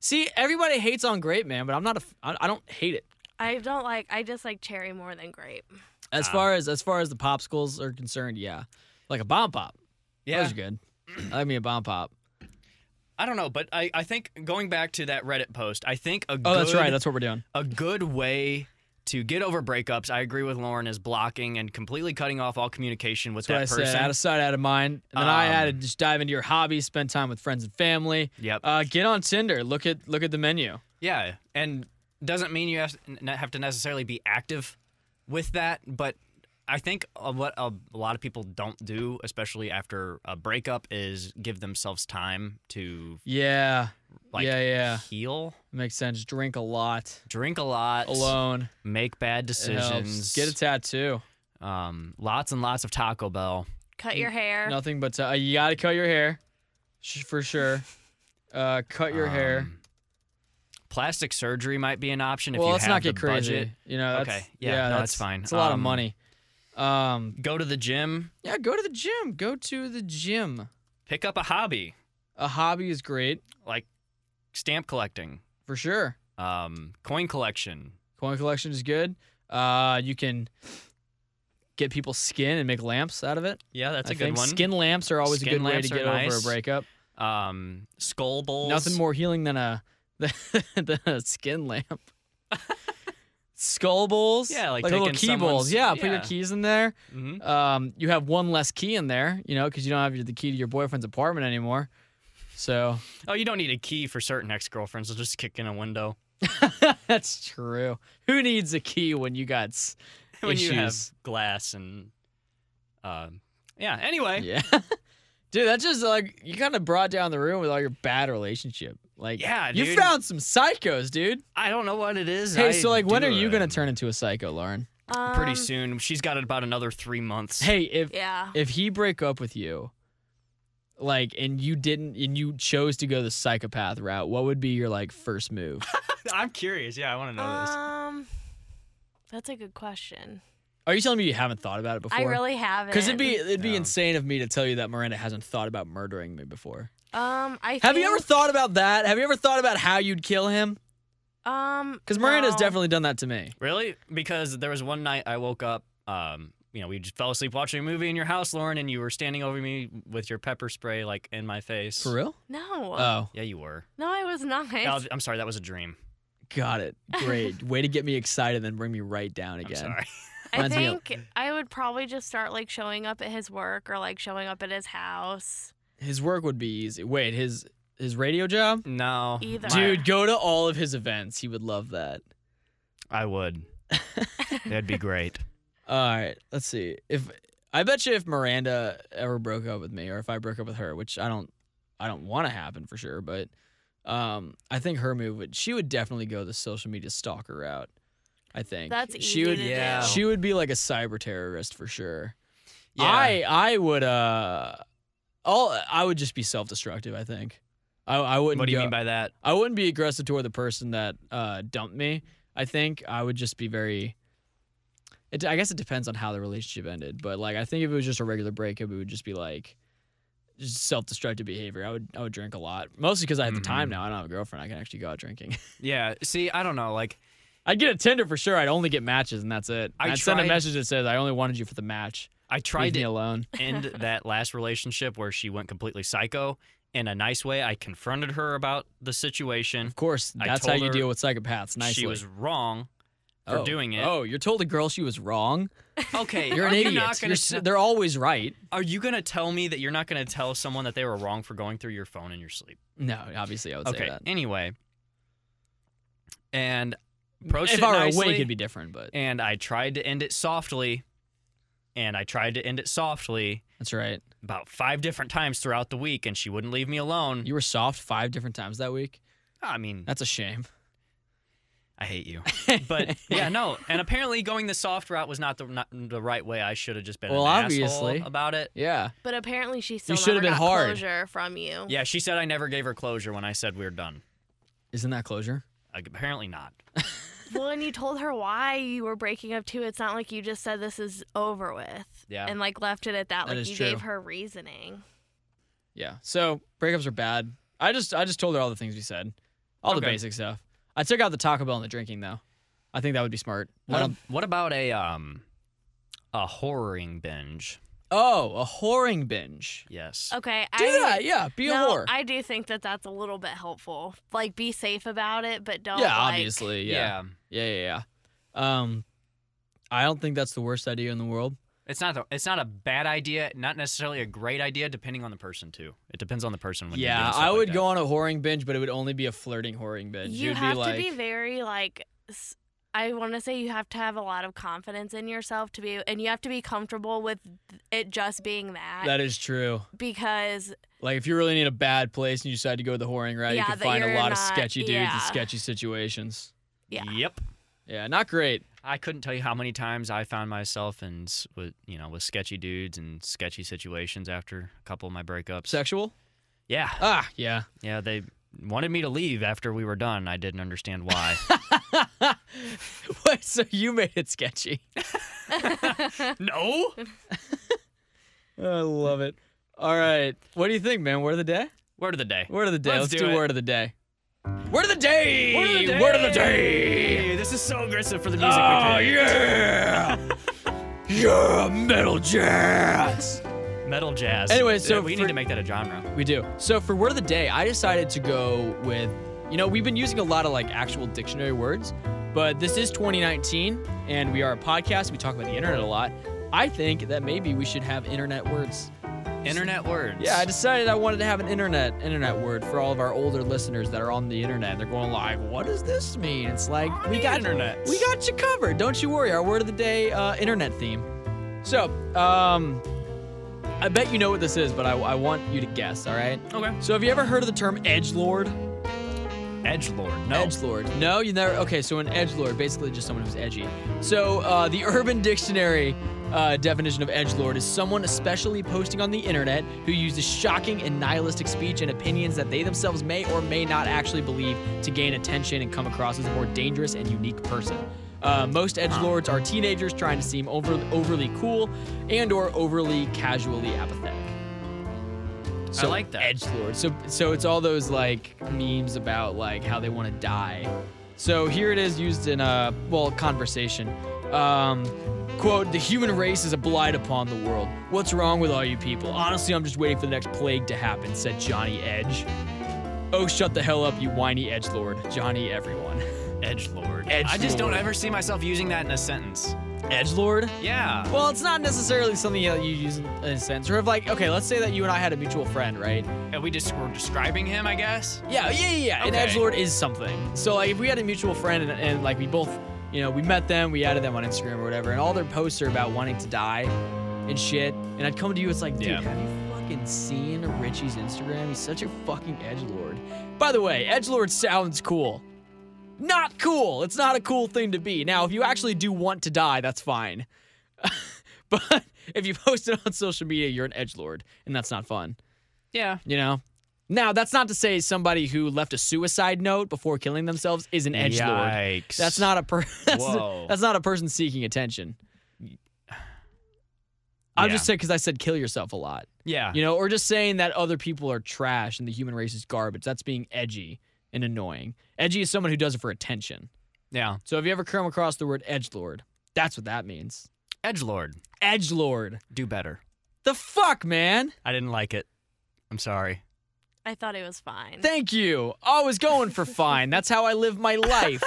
See, everybody hates on grape, man, but I'm not a. f- I, I don't hate it. I don't like. I just like cherry more than grape. As Ah. far as as far as the popsicles are concerned, yeah, like a bomb pop. Yeah. Those are good. I like me a bomb pop. I don't know, but I, I think going back to that Reddit post, I think a Oh, good, that's right. That's what we're doing. a good way to get over breakups. I agree with Lauren is blocking and completely cutting off all communication with That's that what I said. person. Out of sight, out of mind. And then I Um, added just dive into your hobby, spend time with friends and family. yep. Uh, get on Tinder. Look at look at the menu. Yeah, and doesn't mean you have n- have to necessarily be active with that, but I think uh, what a a lot of people don't do, especially after a breakup, is give themselves time to Yeah, like yeah, yeah. heal, Makes sense. Drink a lot. drink a lot, Alone. make bad It helps. decisions, Get a tattoo. um, lots and lots of Taco Bell. Cut your hair. Nothing but uh, you gotta cut your hair, sh- for sure. Uh, cut your hair. Um, Plastic surgery might be an option if Well, you let's have not the get crazy. budget. You know, that's, Okay. Yeah, no, that's fine. It's a lot of Um, money. Um, Go to the gym, yeah, go to the gym. Go to the gym. pick up a hobby A hobby is great like stamp collecting, for sure. um, coin collection, Coin collection is good. Uh, you can get people's skin and make lamps out of it. Yeah, that's a a good one. Skin lamps are always Skin a good way to lamps are get over a nice. breakup. um, skull bowls. Nothing more healing than a than a skin lamp. Skull bowls, Yeah, like little taking key bowls. someone's- Yeah, put your yeah. keys in there. Mhm. Um, you have one less key in there, you know, because you don't have your- the key to your boyfriend's apartment anymore. So Oh, you don't need a key for certain ex girlfriends. They'll just kick in a window. that's true. Who needs a key when you got s- when issues? you have glass and. Uh, yeah, anyway. Yeah. Yeah. Dude, that's just like you kind of brought down the room with all your bad relationship. Like, Yeah, you dude. found some psychos, dude. I don't know what it is. Hey, I so like, when do are you gonna it turn into a psycho, Lauren? Um, Pretty soon. She's got about another three months. Hey, if Yeah. if he break up with you, like, and you didn't, and you chose to go the psychopath route, what would be your like first move? I'm curious. Yeah, I want to know Uh, this. Um, that's a good question. Are you telling me you haven't thought about it before? I really haven't. Because it'd be it'd be No. insane of me to tell you that Miranda hasn't thought about murdering me before. Um, I Have you ever think- thought about that? Have you ever thought about how you'd kill him? um, Because Miranda's no. definitely done that to me. Really? Because there was one night I woke up. Um, you know, we just fell asleep watching a movie in your house, Lauren, and you were standing over me with your pepper spray like in my face. For real? No. Oh, Yeah, you were. no, I was not. Oh, I'm sorry, that was a dream. got it. Great way to get me excited, then bring me right down again. I'm sorry. I Reminds me of- think I would probably just start like showing up at his work or like showing up at his house. His work would be easy. Wait, his his radio job? No. Either. my- Dude, go to all of his events. He would love that. I would. That'd be great. All right, let's see. If I bet you if Miranda ever broke up with me, or if I broke up with her, which I don't, I don't want to happen for sure, but um, I think her move would she would definitely go the social media stalker route. I think That's easy she would. to yeah. do. She would be like a cyber terrorist for sure. Yeah. I I would uh, all I would just be self destructive. I think. I I wouldn't. What do you go- mean by that? I wouldn't be aggressive toward the person that uh, dumped me. I think I would just be very. It, I guess it depends on how the relationship ended, but like I think if it was just a regular breakup, it would just be like just self-destructive behavior. I would I would drink a lot, mostly because I have the time Mhm. now. I don't have a girlfriend. I can actually go out drinking. Yeah. See, I don't know. Like, I'd get a Tinder for sure. I'd only get matches, and that's it. I I'd send a tried- message that says I only wanted you for the match. I Leave tried me to alone. end that last relationship where she went completely psycho in a nice way. I confronted her about the situation. Of course, I that's how told you her deal with psychopaths. Nicely. She was wrong for Oh. doing it. Oh, you're told a girl she was wrong. Okay, You're an are idiot. You not You're gonna s- te- they're always right. are you gonna tell me that you're not gonna tell someone that they were wrong for going through your phone in your sleep? No, obviously I would say okay. that. Anyway, and approached if it I were Oh, nicely, awake, it'd be different, but and I tried to end it softly, and I tried to end it softly that's right. about five different times throughout the week, and she wouldn't leave me alone. You were soft five different times that week. I mean, That's a shame. I hate you. But yeah, no. And apparently, going the soft route was not the not the right way. I should have just been Well, an obviously. asshole about it. yeah, But apparently, she still should have never been got hard. closure from you. Yeah, she said I never gave her closure when I said we are done. isn't that closure? Like, apparently not. Well, and you told her why you were breaking up too. It's not like you just said this is over with. Yeah. And like left it at that. That like is you true. gave her reasoning. Yeah. So breakups are bad. I just I just told her all the things we said, all the Okay. basic stuff. I took out the Taco Bell and the drinking though. I think that would be smart. I What, don't- ab- what about a um a horroring binge? oh, a whoring binge. Yes. Okay. Do I, that. Yeah, be no, a whore. I do think that that's a little bit helpful. Like, be safe about it, but don't. yeah, like- obviously. Yeah. yeah. Yeah. Yeah. Um, I don't think that's the worst idea in the world. It's not the, it's not a bad idea, not necessarily a great idea, depending on the person too. It depends on the person. When you're yeah, doing stuff I like would that. go on a whoring binge, but it would only be a flirting whoring binge. You You'd have be like, to be very like. s- I want to say you have to have a lot of confidence in yourself to be, and you have to be comfortable with it just being that. That is true. because Like if you really need a bad place and you decide to go the whoring route, you Yeah, can that find a you're lot of not- sketchy dudes and yeah. sketchy situations. Yeah. Yep. Yeah, not great. I couldn't tell you how many times I found myself in s- with you know with sketchy dudes and sketchy situations after a couple of my breakups. Sexual? yeah, Ah, yeah. yeah, they wanted me to leave after we were done. I didn't understand why. What? So you made it sketchy. no. I love it. All right. What do you think, man? Word of the day? Word of the day. Word of the day. Let's, Let's do do it. word of the day. Word of the day. Word of the day! Word of the day. This is so aggressive for the music. Oh we yeah. yeah, metal jazz. picked. Metal jazz. Anyway, so Yeah, we for- need to make that a genre. We do. So for word of the day, I decided to go with, you know, we've been using a lot of like actual dictionary words, but this is 2019 and we are a podcast. We talk about the internet a lot. I think that maybe we should have internet words. Internet words. Yeah, I decided I wanted to have an internet internet word for all of our older listeners that are on the internet. They're going like, "What does this mean?" It's like On we the got internet. We got you covered. Don't you worry. Our word of the day, uh, internet theme. So, um, I bet you know what this is, but I, I want you to guess. All right. okay. So, have you ever heard of the term edge lord? Edge lord. No. Edge lord. No, you never. Okay, so an edge lord, basically just someone who's edgy. So uh, the Urban Dictionary uh, definition of edge lord is someone especially posting on the internet who uses shocking and nihilistic speech and opinions that they themselves may or may not actually believe to gain attention and come across as a more dangerous and unique person. Uh, most edge lords are teenagers trying to seem over, overly cool and or overly casually apathetic. So like that. Edge lord. So so it's all those like memes about like how they want to die. So here it is used in a well conversation. Um, quote: The human race is a blight upon the world. What's wrong with all you people? Honestly, I'm just waiting for the next plague to happen," said Johnny Edge. Oh, shut the hell up, you whiny edge lord, Johnny. Everyone, Edge lord. Edge I just lord. don't ever see myself using that in a sentence. edge lord. Yeah. Well, it's not necessarily something that you use in a sense. Or if like, okay, let's say that you and I had a mutual friend, right? And we just were describing him, I guess. Yeah, yeah, yeah. yeah. An Okay. edge lord is something. So like, if we had a mutual friend and, and like we both, you know, we met them, we added them on Instagram or whatever, and all their posts are about wanting to die, and shit. And I'd come to you, it's like, dude, Yeah. have you fucking seen Richie's Instagram? He's such a fucking edge lord. By the way, edge lord sounds cool. Not cool. It's not a cool thing to be. Now, if you actually do want to die, that's fine. but if you post it on social media, you're an edge lord, and that's not fun. Yeah. You know. Now, that's not to say somebody who left a suicide note before killing themselves is an edge lord. Yikes. That's not a per- that's, Whoa. that's not a person seeking attention. I'm Yeah. Ah. just saying because I said kill yourself a lot, Yeah. you know, or just saying that other people are trash and the human race is garbage. That's being edgy and annoying. Edgy is someone who does it for attention. yeah. So have you ever come across the word edge lord? That's what that means. Edge lord, Edge lord. do better. The fuck, man. I didn't like it. I'm sorry. I thought it was fine. Thank you. Always going for fine. That's how I live my life.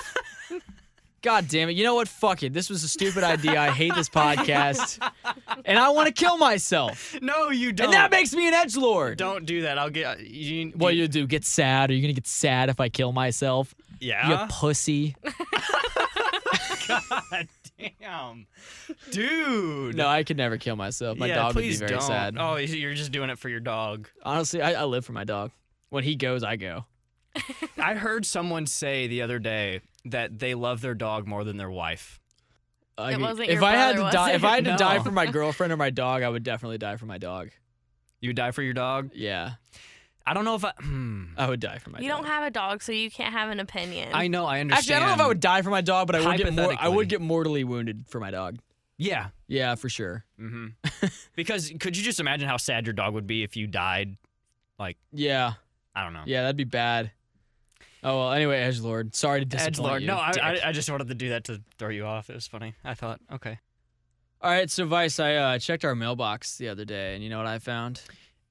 God damn it. You know what? Fuck it. This was a stupid idea. I hate this podcast. And I want to kill myself. No, you don't. And that makes me an edge lord. don't do that. I'll get you. What you do? Get sad? Are you gonna get sad if I kill myself? You Yeah. pussy. God damn, dude. No, I could never kill myself. My yeah, dog would be please very don't. sad. Oh, you're just doing it for your dog. Honestly, I, I live for my dog. When he goes, I go. I heard someone say the other day that they love their dog more than their wife. I It could- wasn't if your I had brother, to was die, it? if I had to die No. for my girlfriend or my dog, I would definitely die for my dog. You die for your dog. Yeah, I don't know if I. Hmm. I would die for my. you dog. don't have a dog, so you can't have an opinion. I know. I Actually, understand. I don't know if I would die for my dog, but I would get more. I Hypothetically. would get mortally wounded for my dog. Yeah. Yeah, for sure. hmm because could you just imagine how sad your dog would be if you died? Yeah, I don't know. yeah, that'd be bad. Oh well. Anyway, Edge Lord, sorry to disappoint Edgelord. you. No, I, dick. I, I just wanted to do that to throw you off. It was funny. I thought, okay. All right, so Vice, I uh, checked our mailbox the other day, and you know what I found?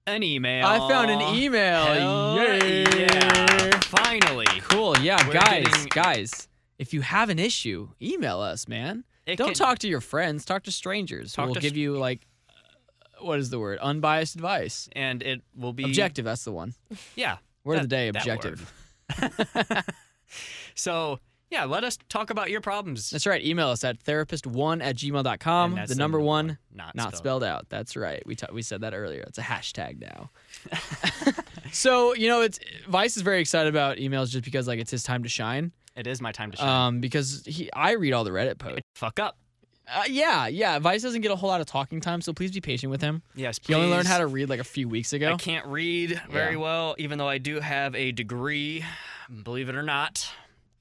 An email. I found an e-, email. Hell Yay. yeah. Finally. Cool. Yeah, We're guys, getting- guys, if you have an issue, email us, man. It Don't can- talk to your friends. Talk to strangers. Talk we'll to give str- you like, uh, what is the word? Unbiased advice. And it will be Objective. That's the one. Yeah. Word of the That- day. that Objective. word. So yeah, let us talk about your problems. That's right. Email us at therapist1 at And gmail.com. that's um, The number one, not, not spelled out. That's right. We, ta- we said that earlier. It's a hashtag now. so, you know, it's Vice is very excited about emails just because, like, it's his time to shine. It is my time to shine. Um, because he, I read all the Reddit posts. Fuck up. Uh, yeah, yeah. Vice doesn't get a whole lot of talking time, so please be patient with him. Yes. He only learned please. how to read like a few weeks I ago. can't read very Yeah. well, even though I do have a degree. Believe it or not.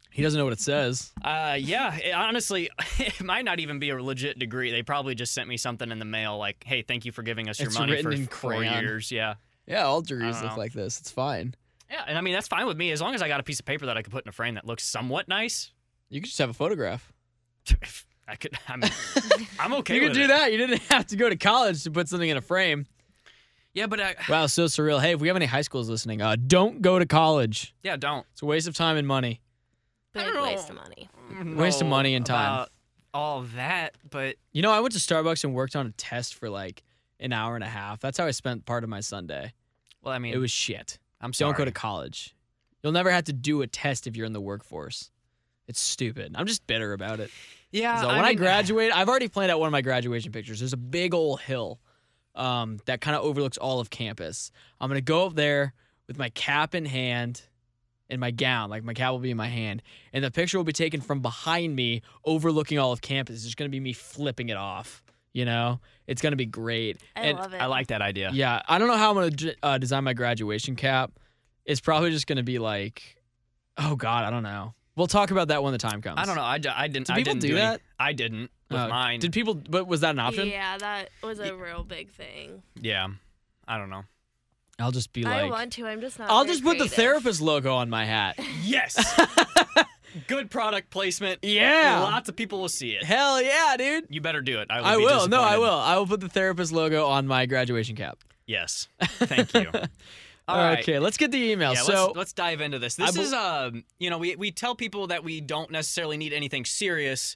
He doesn't know what it says. Uh, yeah. it- honestly, it might not even be a legit degree. They probably just sent me something in the mail, like, "Hey, thank you for giving us your It's money written for in four crayon. years." Yeah. Yeah, all juries don't look know. like this. It's fine. Yeah, and I mean that's fine with me as long as I got a piece of paper that I could put in a frame that looks somewhat nice. You could just have a photograph. I could. I'm, I'm okay. you with could do it. that. You didn't have to go to college to put something in a frame. Yeah, but I, Wow, so surreal. Hey, if we have any high schools listening, uh, don't go to college. yeah, don't It's a waste of time and money. I Big don't waste of know. money. Waste of know money and time. about All that, but You know, I went to Starbucks and worked on a test for like an hour and a half. That's how I spent part of my Sunday. well, I mean, It was shit. I'm sorry. Don't go to college. You'll never have to do a test if you're in the workforce. It's stupid. I'm just bitter about it. Yeah, So when I Uh, mean, graduate, I've already planned out one of my graduation pictures. There's a big old hill um, that kind of overlooks all of campus. I'm gonna go up there with my cap in hand and my gown, like my cap will be in my hand, and the picture will be taken from behind me, overlooking all of campus. It's just gonna be me flipping it off. You know, it's gonna be great. I and love it. I like that idea. yeah, I don't know how I'm gonna d- uh, design my graduation cap. It's probably just gonna be like, oh God, I don't know. We'll talk about that when the time comes. I don't know. I, d- I didn't. Do I people didn't do any- that? I didn't with Uh, mine. Did people? But was that an option? Yeah, that was a real big thing. yeah, I don't know. I'll just be like, I want to. I'm just not. I'll very just put the creative. therapist logo on my hat. Yes, good product placement. Yeah. lots of people will see it. Hell yeah, dude. You better do it. I will. I be will. No, I disappointed. will. I will put the therapist logo on my graduation cap. Yes. Thank you. All right. okay, let's get the email. Yeah, so let's, let's dive into this. I This bel- is, um, you know, we, we tell people that we don't necessarily need anything serius,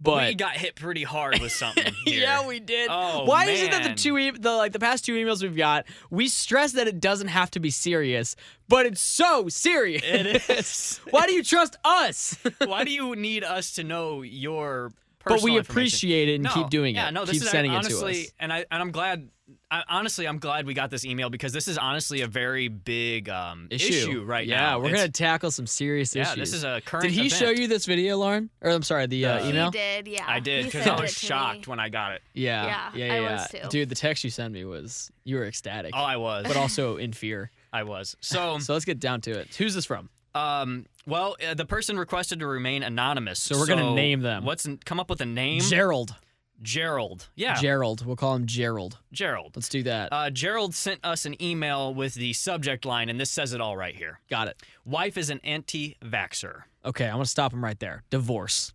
but we but got hit pretty hard with something. Here. yeah, we did. Oh, Why is it that the man. two e- the like the past two emails we've got, we stress that it doesn't have to be serious, but it's so serious. It is. Why do you trust us? Why do you need us to know your personal but we information. appreciate it and no, keep doing yeah, it. No, this keep is sending honestly, it to us. and I and I'm glad. I, honestly, I'm glad we got this email because this is honestly a very big um, Issue, right yeah, now. we're It's- gonna tackle some serious Yeah, issues. this is a current. Did he event. show you this video, Lauren? Or I'm sorry, the uh, The- email. He did, yeah. I did He because sent I was it to me. shocked when I got it. Yeah, Yeah, yeah, I yeah. was too. Dude, the text you sent me was you were ecstatic, Oh, I was. but also in fear. I was. So, So let's get down to it. Who's this from? um, well, uh, the person requested to remain anonymous. So we're gonna name them. What's n- come up with a name? Gerald. Gerald. Yeah, Gerald. We'll call him Gerald. Gerald. Let's do that. Uh, Gerald sent us an email with the subject line, and this says it all right here. Got it. Wife is an anti-vaxer. Okay, I'm gonna stop him right there. Divorce.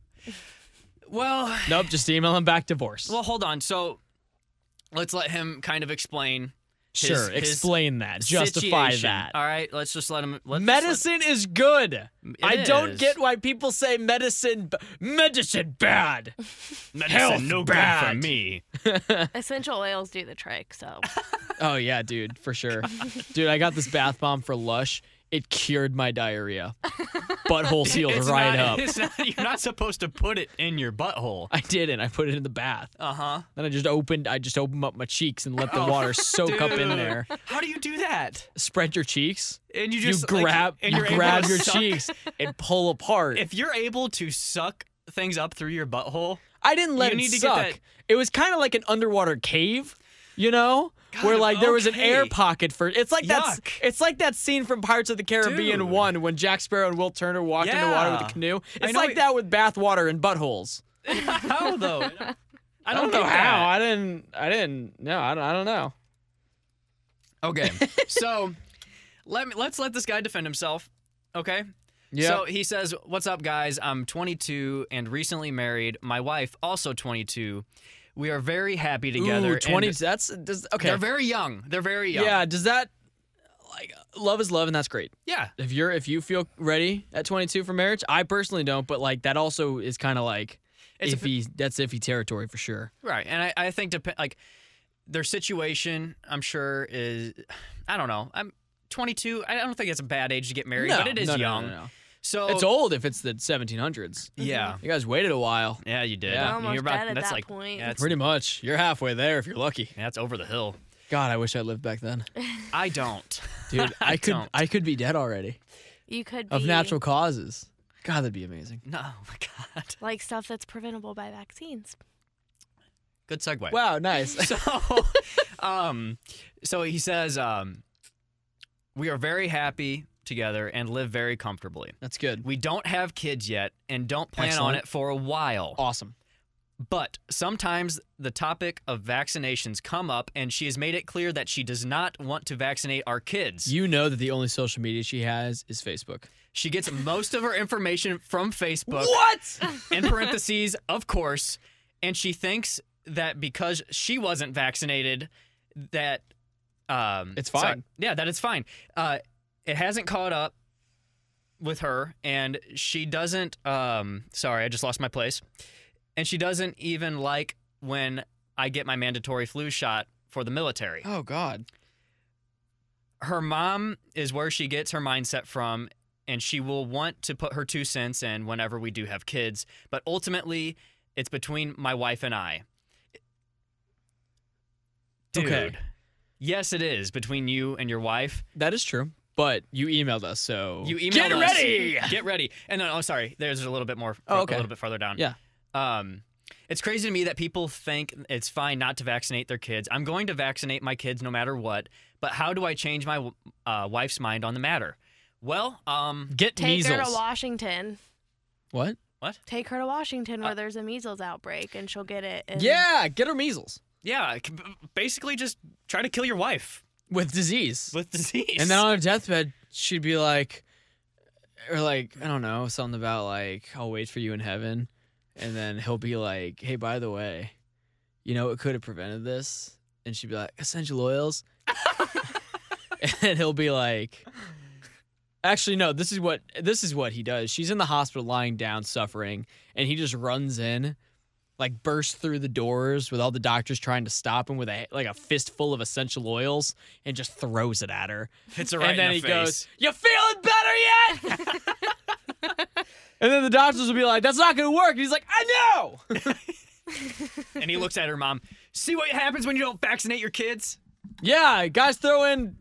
Well, Nope, just email him back. Divorce. well, hold on. So, let's let him kind of explain. his- sure. his explain that. Justify situation. that. All right, let's just let him. Let's just medicine is good. It I don't is. get why people say medicine. b- Medicine bad. let, health medicine no bad. good for me. Essential oils do the trick, so Oh yeah, dude, for sure. dude, I got this bath bomb for Lush. It cured my diarrhea. Butthole sealed It's right not- up. it's not- you're not supposed to put it in your butthole. I didn't. I put it in the bath. Uh huh. Then I just opened. I just opened up my cheeks and let the Oh, water soak up in there. How do you do that? Spread your cheeks. And you You just like, grab. and you you're able grab to your suck- cheeks and pull apart. If you're able to suck things up through your butthole, I didn't let You it need to get suck. that- It was kind of like an underwater cave, you know, God, where like there was an air okay. pocket for. It's like that's Yuck. it's like that scene from Pirates of the Caribbean Dude. one when Jack Sparrow and Will Turner walked into water with a Yeah. canoe. I It's know like it- that with bathwater and buttholes. how though? I don't, know get how. that. I didn't. I didn't. No, I don't, I don't know. Okay, so let me let's let this guy defend himself. Okay. Yeah. So he says, "What's up, guys? I'm 22 and recently married. My wife, also 22. We are very happy together. Ooh, and twenty. That's does, okay. They're very young. They're very young. yeah. Does that like love is love and that's great. Yeah. If you're if you feel ready at 22 for marriage, I personally don't, but like that also is kind of like It's a- iffy. that's iffy territory for sure. Right. And I, I think dep- like their situation, I'm sure is I don't know. I'm 22. I don't think it's a bad age to get married, but it is no, no, young. No, no, no. So It's old if it's the 1700s. Yeah. You guys waited a while. Yeah, you did. Yeah. You're Almost about- dead at that's that like point. Yeah, that's, Pretty much. You're halfway there if you're lucky. yeah, that's over the hill. God, I wish I lived back then. I don't. Dude, I, could don't. I could be dead already you could be of natural causes. God, that'd be amazing. No, oh my god. like stuff that's preventable by vaccines. Good segue. Wow, nice. so um so he says um we are very happy together and live very comfortably. That's good. We don't have kids yet and don't plan on Excellent. it for a while. Awesome. But sometimes the topic of vaccinations come up and she has made it clear that she does not want to vaccinate our kids. You know that the only social media she has is Facebook. She gets most of her information from Facebook What? in parentheses, of course, and she thinks that because she wasn't vaccinated that um It's so- fine. yeah, that it's fine. Uh it hasn't caught up with her and she doesn't um sorry, I just lost my place. And she doesn't even like when I get my mandatory flu shot for the military oh God. her mom is where she gets her mindset from and she will want to put her two cents in whenever we do have kids but ultimately it's between my wife and i dude Okay. yes it is between you and your wife That is true. But you emailed us, so you emailed get us, ready. get ready and then oh sorry there's a little bit more Oh, a okay. little bit farther down Yeah. um it's crazy to me that people think it's fine not to vaccinate their kids. I'm going to vaccinate my kids no matter what, but how do I change my uh, wife's mind on the matter? Well, um, Get Take her to measles. Washington. What? Take her to Washington where Uh, there's a measles outbreak and she'll get it. And Yeah, get her measles yeah, c- basically just try to kill your wife with disease. with disease. And then on her deathbed, she'd be like, or like, I don't know, something about like, I'll wait for you in heaven. And then he'll be like, hey, by the way, you know what could have prevented this? And she'd be like, essential oils. and he'll be like, actually, no, this is what this is what he does. She's in the hospital lying down, suffering, and he just runs in, like bursts through the doors with all the doctors trying to stop him with a like a fistful of essential oils and just throws it at her hits her right and then in he the face. goes, "You feeling better yet?" And then the doctors will be like, that's not going to work. And he's like, I know. and he looks at her mom. See what happens when you don't vaccinate your kids? yeah, guys throw in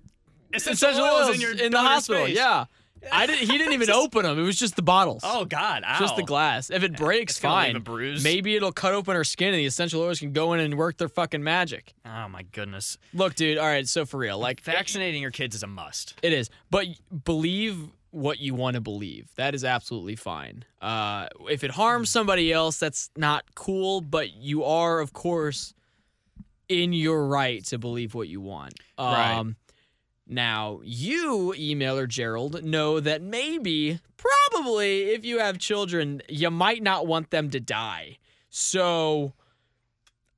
essential, oils, in, the daughter's hospital. face. Yeah. I didn't, he didn't even open them. It was just the bottles. Oh God! Ow. Just the glass. If it breaks, It's gonna leave fine. a bruise. Maybe it'll cut open her skin and the essential oils can go in and work their fucking magic. Oh my goodness! Look, dude, all right, so for real, like Vaccinating your kids is a must. it is. But believe what you want to believe. That is absolutely fine. Uh, if it harms somebody else, that's not cool, but you are, of course, in your right to believe what you want. Um, Right. Now, you, emailer Gerald, know that maybe, probably, if you have children, you might not want them to die. So.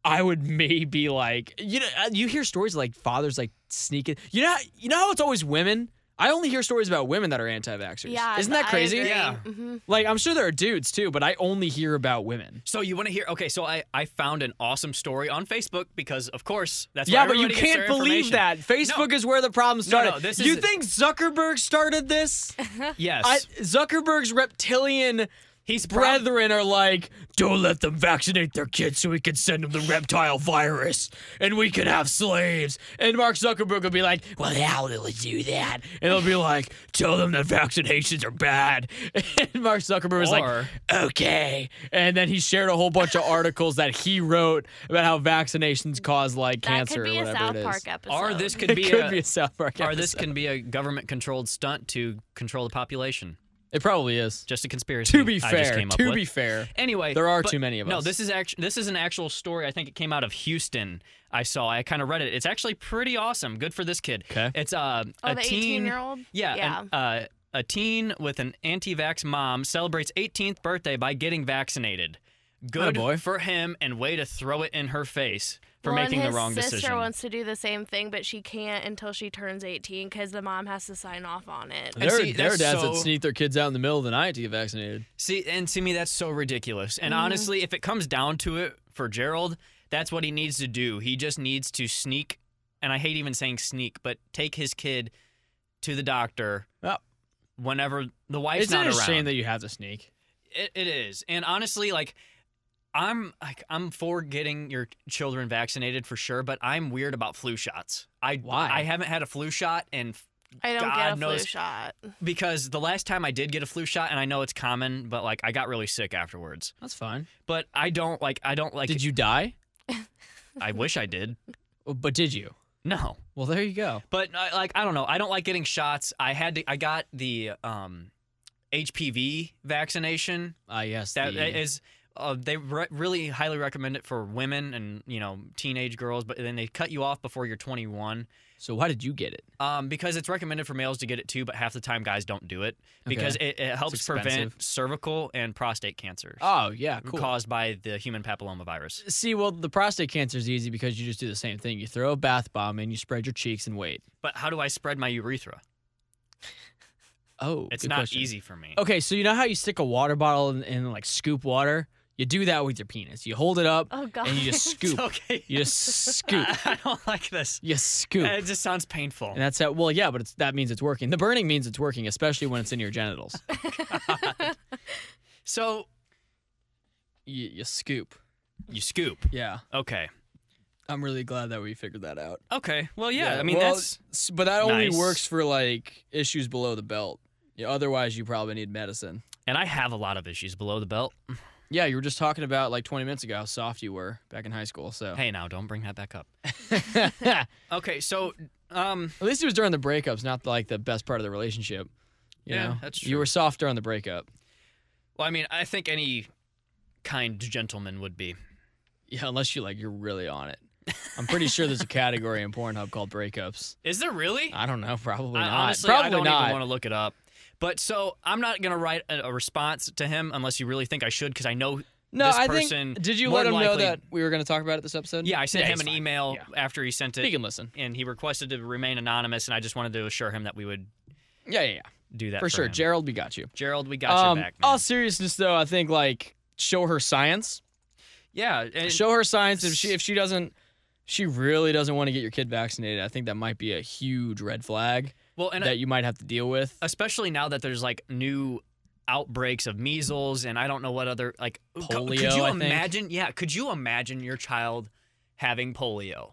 I would maybe like you know uh, you hear stories like fathers like sneaking you know you know how it's always women I only hear stories about women that are anti-vaxxers Yeah. isn't that crazy Yeah. hmm like I'm sure there are dudes too but I only hear about women So you want to hear? Okay, so I I found an awesome story on Facebook because of course that's yeah where but you everybody gets can't their believe information. that Facebook is where the problem No, no, started this you is- think Zuckerberg started this Yes, I, Zuckerberg's reptilian he's prob- brethren are like, don't let them vaccinate their kids so we can send them the reptile virus and we can have slaves. And Mark Zuckerberg will be like, well, how will they do that? And they'll be like, tell them that vaccinations are bad. And Mark Zuckerberg was like, Or- okay. And then he shared a whole bunch of articles that he wrote about how vaccinations cause like That cancer could be or a whatever South it is. Park episode. Or this could It be could a, be a South Park. or this episode. can be a government controlled stunt to control the population. It probably is. Just a conspiracy. To be I fair, just came up to with. be fair, Anyway, There are but- too many of No, us. this is actually this is an actual story. I think it came out of Houston. I saw. I kind of read it. It's actually pretty awesome. Good for this kid. 'Kay. It's uh, oh, a the teen. eighteen-year-old. Yeah. Yeah. an- uh, a teen with an anti-vax mom celebrates 18th birthday by getting vaccinated. Good Attaboy. for him, and way to throw it in her face for Well, and making the his wrong sister decision. wants to do the same thing, but she can't until she turns 18 because the mom has to sign off on it. And There, see, there are that's dads so- that sneak their kids out in the middle of the night to get vaccinated. See, and to me, that's so ridiculous. Mm-hmm. And honestly, if it comes down to it for Gerald, that's what he needs to do. He just needs to sneak, and I hate even saying sneak, but take his kid to the doctor Well, whenever the wife's It's not not a around. shame that you have to sneak. It, it is, and honestly, like I'm like I'm for getting your children vaccinated for sure, but I'm weird about flu shots. I Why? I haven't had a flu shot, and I don't God get a knows. flu shot. because the last time I did get a flu shot, and I know it's common, but like I got really sick afterwards. That's fine. But I don't like I don't like. Did you die? I wish I did. Oh, But did you? No, Well, there you go. but uh, like I don't know. I don't like getting shots. I had to. I got the um, HPV vaccination. Ah, yes. That the- is, uh, they re- really highly recommend it for women and you know teenage girls, but then they cut you off before you're 21 so why did you get it? um, because it's recommended for males to get it too, but half the time guys don't do it because it, it helps expensive. prevent cervical and prostate cancers Oh, yeah, cool. caused by the human papillomavirus. See, well, the prostate cancer is easy because you just do the same thing. You throw a bath bomb and you spread your cheeks and wait. But how do I spread my urethra? Oh, It's good not question. Oh, easy for me. Okay, so you know how you stick a water bottle and, and like scoop water? You do that with your penis. You hold it up Oh, God. and you just scoop. Okay. You just scoop. I, I don't like this. You scoop. It just sounds painful. And that's how. Well, yeah, but it's, that means it's working. The burning means it's working, especially when it's in your genitals. So you, you scoop. you scoop. Yeah, Okay. I'm really glad that we figured that out. Okay. Well, yeah. I mean, well, that's s- but that only nice. works for like issues below the belt. Yeah, otherwise, you probably need medicine. and I have a lot of issues below the belt. Yeah, you were just talking about like 20 minutes ago how soft you were back in high school. So Hey, now don't bring that back up. at Okay. So, um, least it was during the breakups, not like the best part of the relationship. You Yeah, know? that's You true. were soft during the breakup. well, I mean, I think any kind gentleman would be. Yeah, unless you like you're really on it. I'm pretty sure there's a category in Pornhub called breakups. Is there really? I don't know. Probably I- not. honestly, probably I don't not. even want to look it up. But so I'm not gonna write a, a response to him unless you really think I should, because I know. no, this I person think. Did you more let him than know likely- that we were going to talk about it this episode? Yeah, I sent him he's an fine. email Yeah. after he sent He it, can listen. and he requested to remain anonymous, and I just wanted to assure him that we would Yeah, yeah, yeah. do that For, for, sure. him. Gerald, we got you. Gerald, we got um, your back. Man. all seriousness, though, I think like show her science. yeah, and show her science. If she if she doesn't, she really doesn't want to get your kid vaccinated. I think that might be a huge red flag well, and uh, that you might have to deal with. especially now that there's like new outbreaks of measles and I don't know what other like co- Could Polio, you I think. imagine? Yeah, could you imagine your child having polio?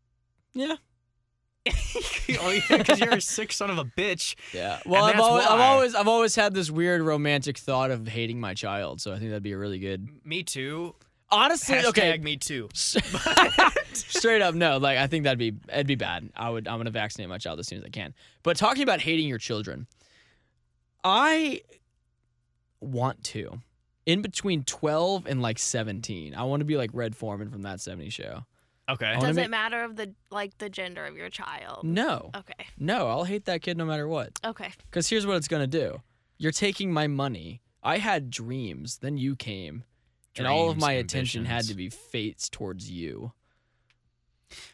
Yeah. Because Oh, you're a sick son of a bitch. Yeah. Well, I've that's always, I've why. always I've always had this weird romantic thought of hating my child, so I think that'd be a really good. Me too. Honestly, Hashtag okay. me too. Straight up, no. Like I think that'd be it'd be bad. I would I'm gonna vaccinate my child as soon as I can. But talking about hating your children, I want to. In between twelve and like seventeen, I want to be like Red Foreman from that '70s show. Okay. I wanna Does make- it matter of the like the gender of your child? No, Okay. no, I'll hate that kid no matter what. Okay. Because here's what it's gonna do: you're taking my money. I had dreams, then you came, and all of Dreams, my attention had ambitions. to be fates towards you.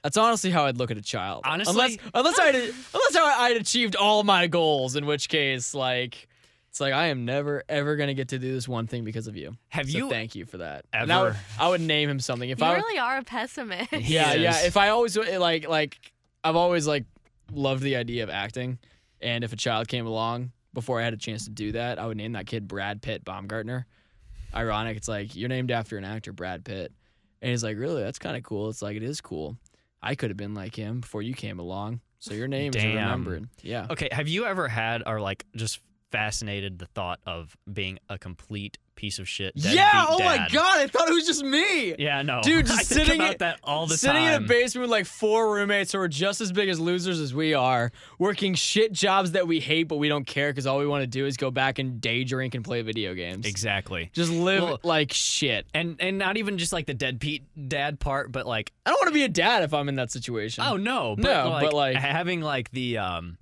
That's honestly how I'd look at a child. Honestly- unless unless I unless I, I'd achieved all my goals, in which case, like, it's like I am never ever gonna get to do this one thing because of you. Have So you Thank you for that. And I would, ever- I would name him something if you I. really are a pessimist. Yeah, yeah. Yes. If I always eh, like like I've always like loved the idea of acting, and if a child came along before I had a chance to do that, I would name that kid Brad Pitt Baumgartner. Ironic, it's like you're named after an actor, Brad Pitt, and he's like, really, that's kind of cool. It's like it is cool. I could have been like him before you came along, so your name is Damn. remembered. Yeah. Okay, have you ever had or like just fascinated the thought of being a complete piece of shit? yeah. Oh deadbeat my dad? god, I thought it was just me. Yeah, no, Dude, just I think sitting about in- that all the sitting time. in a basement with like four roommates who are just as big as losers as we are, working shit jobs that we hate but we don't care because all we want to do is go back and day drink and play video games. exactly. Just live Well- like shit. And and not even just like the deadbeat dad part, but like I don't want to be a dad if I'm in that situation. oh no, but, No, like, but, like- having like the um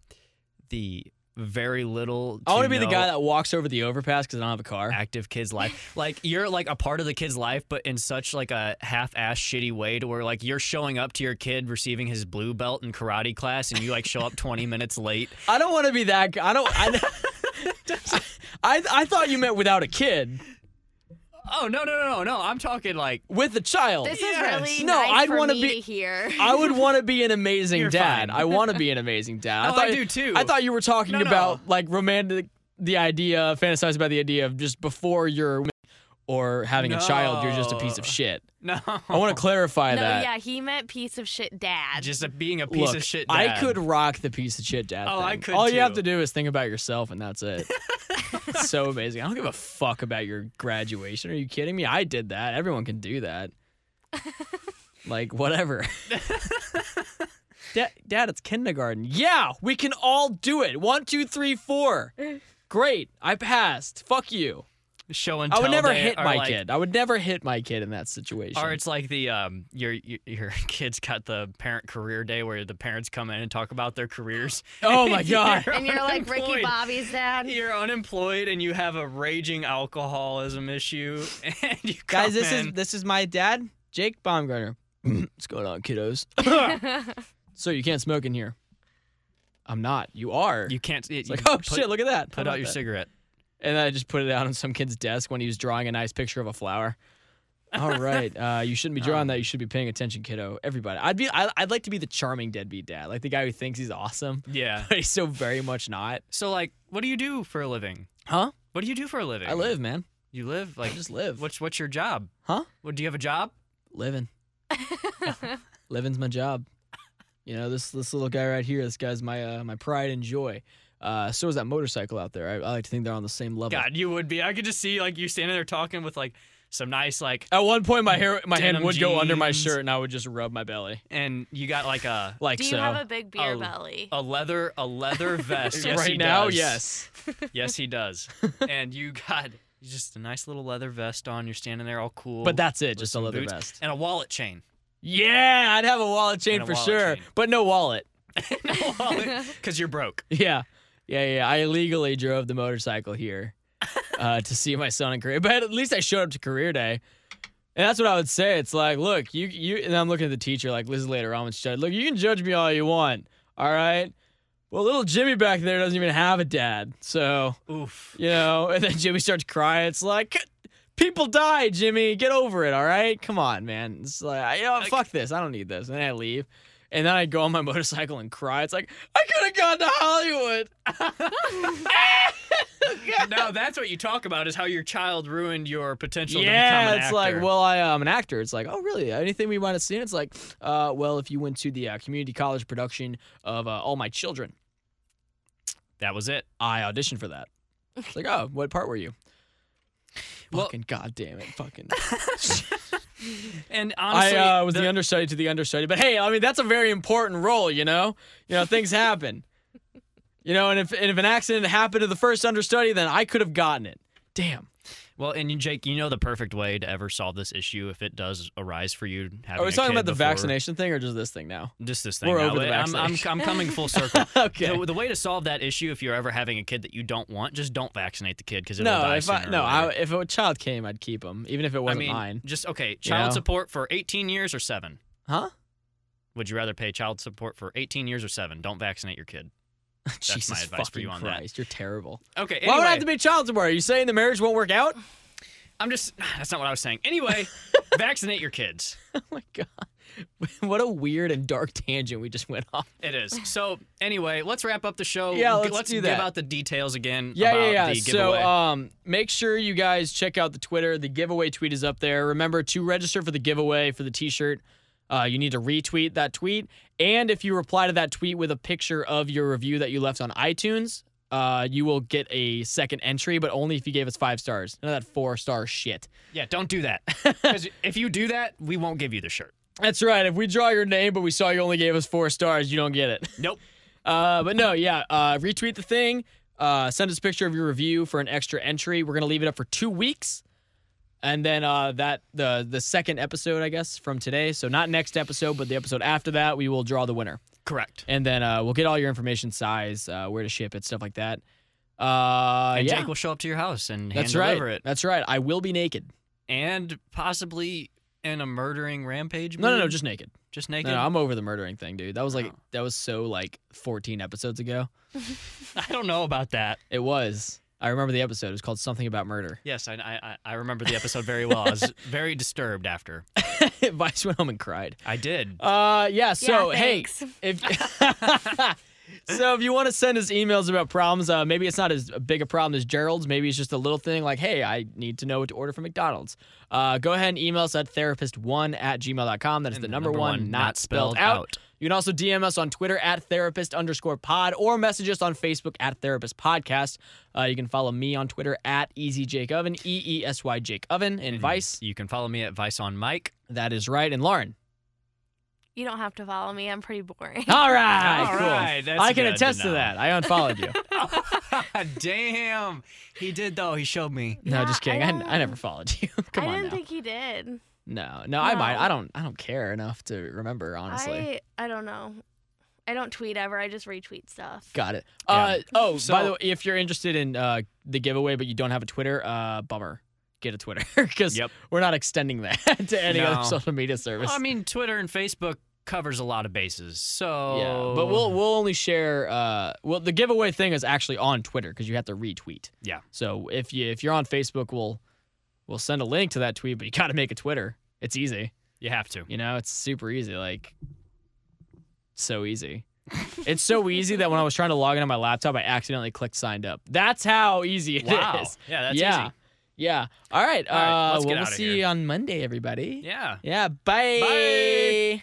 the very little. I want to be no the guy that walks over the overpass because I don't have a car. active kid's life. Like you're like a part of the kid's life, but in such like a half-ass shitty way to where like you're showing up to your kid receiving his blue belt in karate class, and you like show up 20 minutes late. I don't want to be that. guy. I don't. I, I I thought you meant without a kid, Oh no no no no! I'm talking like with a child. This Yes. is really No, nice I'd for wanna me be- to hear. I would want to be an amazing You're dad. fine. I want to be an amazing dad. No, I thought do too. I thought you were talking No, no. about like romantic, the idea, fantasize about the idea of just before you're or having a child, you're just a piece of No. shit. no. I want to clarify no, that. yeah, he meant piece of shit dad. just a, being a piece Look, of shit. I dad. could rock the piece of shit dad. Oh, I thing. could All you too. have to do is think about yourself, and that's it. It's so amazing. I don't give a fuck about your graduation. Are you kidding me? I did that. Everyone can do that. like whatever. dad, dad, it's kindergarten. Yeah, we can all do it. One, two, three, four. Great, I passed. Fuck you. show and I would tell never day, hit or, my like- kid. I would never hit my kid in that situation. Or it's like the um your your, your kid's got the parent career day where the parents come in and talk about their careers. Oh my God. and you're like Ricky unemployed. Bobby's dad. You're unemployed and you have a raging alcoholism issue, and you Guys, come this in- is this is my dad, Jake Baumgartner. What's going on, kiddos? so you can't smoke in here. I'm not. You are. you can't. It, it's like, you oh put, shit, look at that. Put How out about your that? cigarette. And then I just put it out on some kid's desk when he was drawing a nice picture of a flower. All right, uh, you shouldn't be drawing that. You should be paying attention, kiddo. Everybody, I'd be. I, I'd like to be the charming deadbeat dad, like the guy who thinks he's awesome, Yeah. but he's so very much not. So like, what do you do for a living? Huh? What do you do for a living? I live, man. You live I like just live. what's what's your job? Huh? What do you have a job? living. Living's my job. You know this this little guy right here. This guy's my uh, my pride and joy. Uh, so is that motorcycle out there. I, I like to think they're on the same level. God, you would be. I could just see like you standing there talking with like some nice like, At one point, my hair my hand Denim would go under my jeans. shirt, and I would just rub my belly and you got like a like Do you so. have a big beer Oh. belly? a leather a leather vest. Yes, right he now, does. yes. yes, he does. and you got just a nice little leather vest on. You're standing there all cool. But that's it. with Just a some leather boots vest. and a wallet chain. Yeah, I'd have a wallet chain And a for wallet sure, chain. but no wallet. Because you're broke. Yeah. Yeah, yeah. I illegally drove the motorcycle here uh, to see my son in career. But at least I showed up to career day. And that's what I would say. It's like, look, you you and I'm looking at the teacher like this is later on when she said, Look, you can judge me all you want. All right. Well, little Jimmy back there doesn't even have a dad. So, Oof. you know, and then Jimmy starts crying. It's like people die, Jimmy. Get over it, all right? Come on, man. It's like, I- you know, fuck this. I don't need this. And then I leave. And then I go on my motorcycle and cry. It's like, I could have gone to Hollywood. now that's what you talk about is how your child ruined your potential. to yeah, become an it's actor. like, well, I, uh, I'm an actor. It's like, oh, really? Anything we want to see? And it's like, uh, well, if you went to the uh, community college production of uh, All My Children, that was it. I auditioned for that. It's like, oh, what part were you? Well- fucking goddamn it, fucking. And honestly, I uh, was the, the- understudy to the understudy, but hey, I mean that's a very important role, you know. You know things happen, you know, and if and if an accident happened to the first understudy, then I could have gotten it. Damn. well, and you, Jake, you know the perfect way to ever solve this issue if it does arise for you. Having Are a we talking kid about the before- vaccination thing or just this thing now? Just this thing. We're now. over the I'm, I'm, vaccination. I'm coming full circle. Okay. The, the way to solve that issue, if you're ever having a kid that you don't want, just don't vaccinate the kid because it'll no, die if I, sooner or no, I, later. if a child came, I'd keep him, even if it I wasn't mean, mine. just okay. Child know? support for 18 years or seven. Huh? Would you rather pay child support for 18 years or seven? Don't vaccinate your kid. Jesus my advice for fucking you on that. Christ, you're terrible. Okay. Why would I anyway, have to be child support? Are you saying the marriage won't work out? I'm just. That's not what I was saying. Anyway, vaccinate your kids. Oh my god, what a weird and dark tangent we just went off. It is. So anyway, let's wrap up the show. Yeah, G- let's do give that. out the details again. yeah, about yeah, yeah. The so giveaway. um, make sure you guys check out the Twitter. The giveaway tweet is up there. Remember to register for the giveaway for the T-shirt. Uh, you need to retweet that tweet, and if you reply to that tweet with a picture of your review that you left on iTunes, uh, you will get a second entry, but only if you gave us five stars. None of that four-star shit. yeah, don't do that. Because if you do that, we won't give you the shirt. That's right. If we draw your name, but we saw you only gave us four stars, you don't get it. Nope. Uh, but no, yeah, uh, retweet the thing. Uh, send us a picture of your review for an extra entry. We're gonna leave it up for two weeks, and then uh, that the the second episode, I guess, from today. So not next episode, but the episode after that, we will draw the winner, Correct. and then uh, we'll get all your information, size, uh, where to ship it, stuff like that. Uh, and yeah, Jake will show up to your house and that's hand right. deliver it, That's right. I will be naked. and possibly in a murdering rampage. No, no, mood? no, just naked. just No, naked. no, I'm over the murdering thing, dude. That was like Oh. that was so like 14 episodes ago. I don't know about that. It was. I remember the episode. It was called something about murder. Yes, I, I I- I remember the episode very well. I was very disturbed after. Vice went home and cried. I did. Uh, yeah. So yeah, hey, thanks. if so, if you want to send us emails about problems, uh, maybe it's not as big a problem as Gerald's. Maybe it's just a little thing like, hey, I need to know what to order from McDonald's. Uh, go ahead and email us at therapist1 at gmail.com. That is And the number, one, not spelled, out. You can also DM us on Twitter at therapist underscore pod or message us on Facebook at therapist podcast. Uh, you can follow me on Twitter at easy Jake Oven, E E S Y Jake Oven, and Vice. You can follow me at Vice on Mike. That is right. And Lauren. You don't have to follow me. I'm pretty boring. All right. All Ah, cool. right, that's I can good to attest to, know. that. I unfollowed you. Damn, he did though. He showed me. no, Yeah, just I kidding. I, don't- I, never followed you. Come I on didn't now. think he did. no, no, I might. No. I don't. I don't care enough to remember. Honestly, I I don't know. I don't tweet ever. I just retweet stuff. got it. Yeah. Uh, oh, by So- the way, if you're interested in uh, the giveaway but you don't have a Twitter, uh, bummer. Get a Twitter because Yep. we're not extending that to any No. other social media service. Well, I mean, Twitter and Facebook covers a lot of bases. So yeah, but oh. we'll we'll only share. Uh, well, the giveaway thing is actually on Twitter because you have to retweet. Yeah. So if you if you're on Facebook, we'll we'll send a link to that tweet, but you got to make a Twitter. It's easy. you have to. You know, it's super easy. Like, so easy. it's so easy that when I was trying to log into my laptop, I accidentally clicked signed up. That's how easy it is. Wow. Yeah, that's yeah. easy. Yeah. All right. All right, uh, let's get well, we'll outta see here. you on Monday, everybody. Yeah. Yeah. Bye. Bye.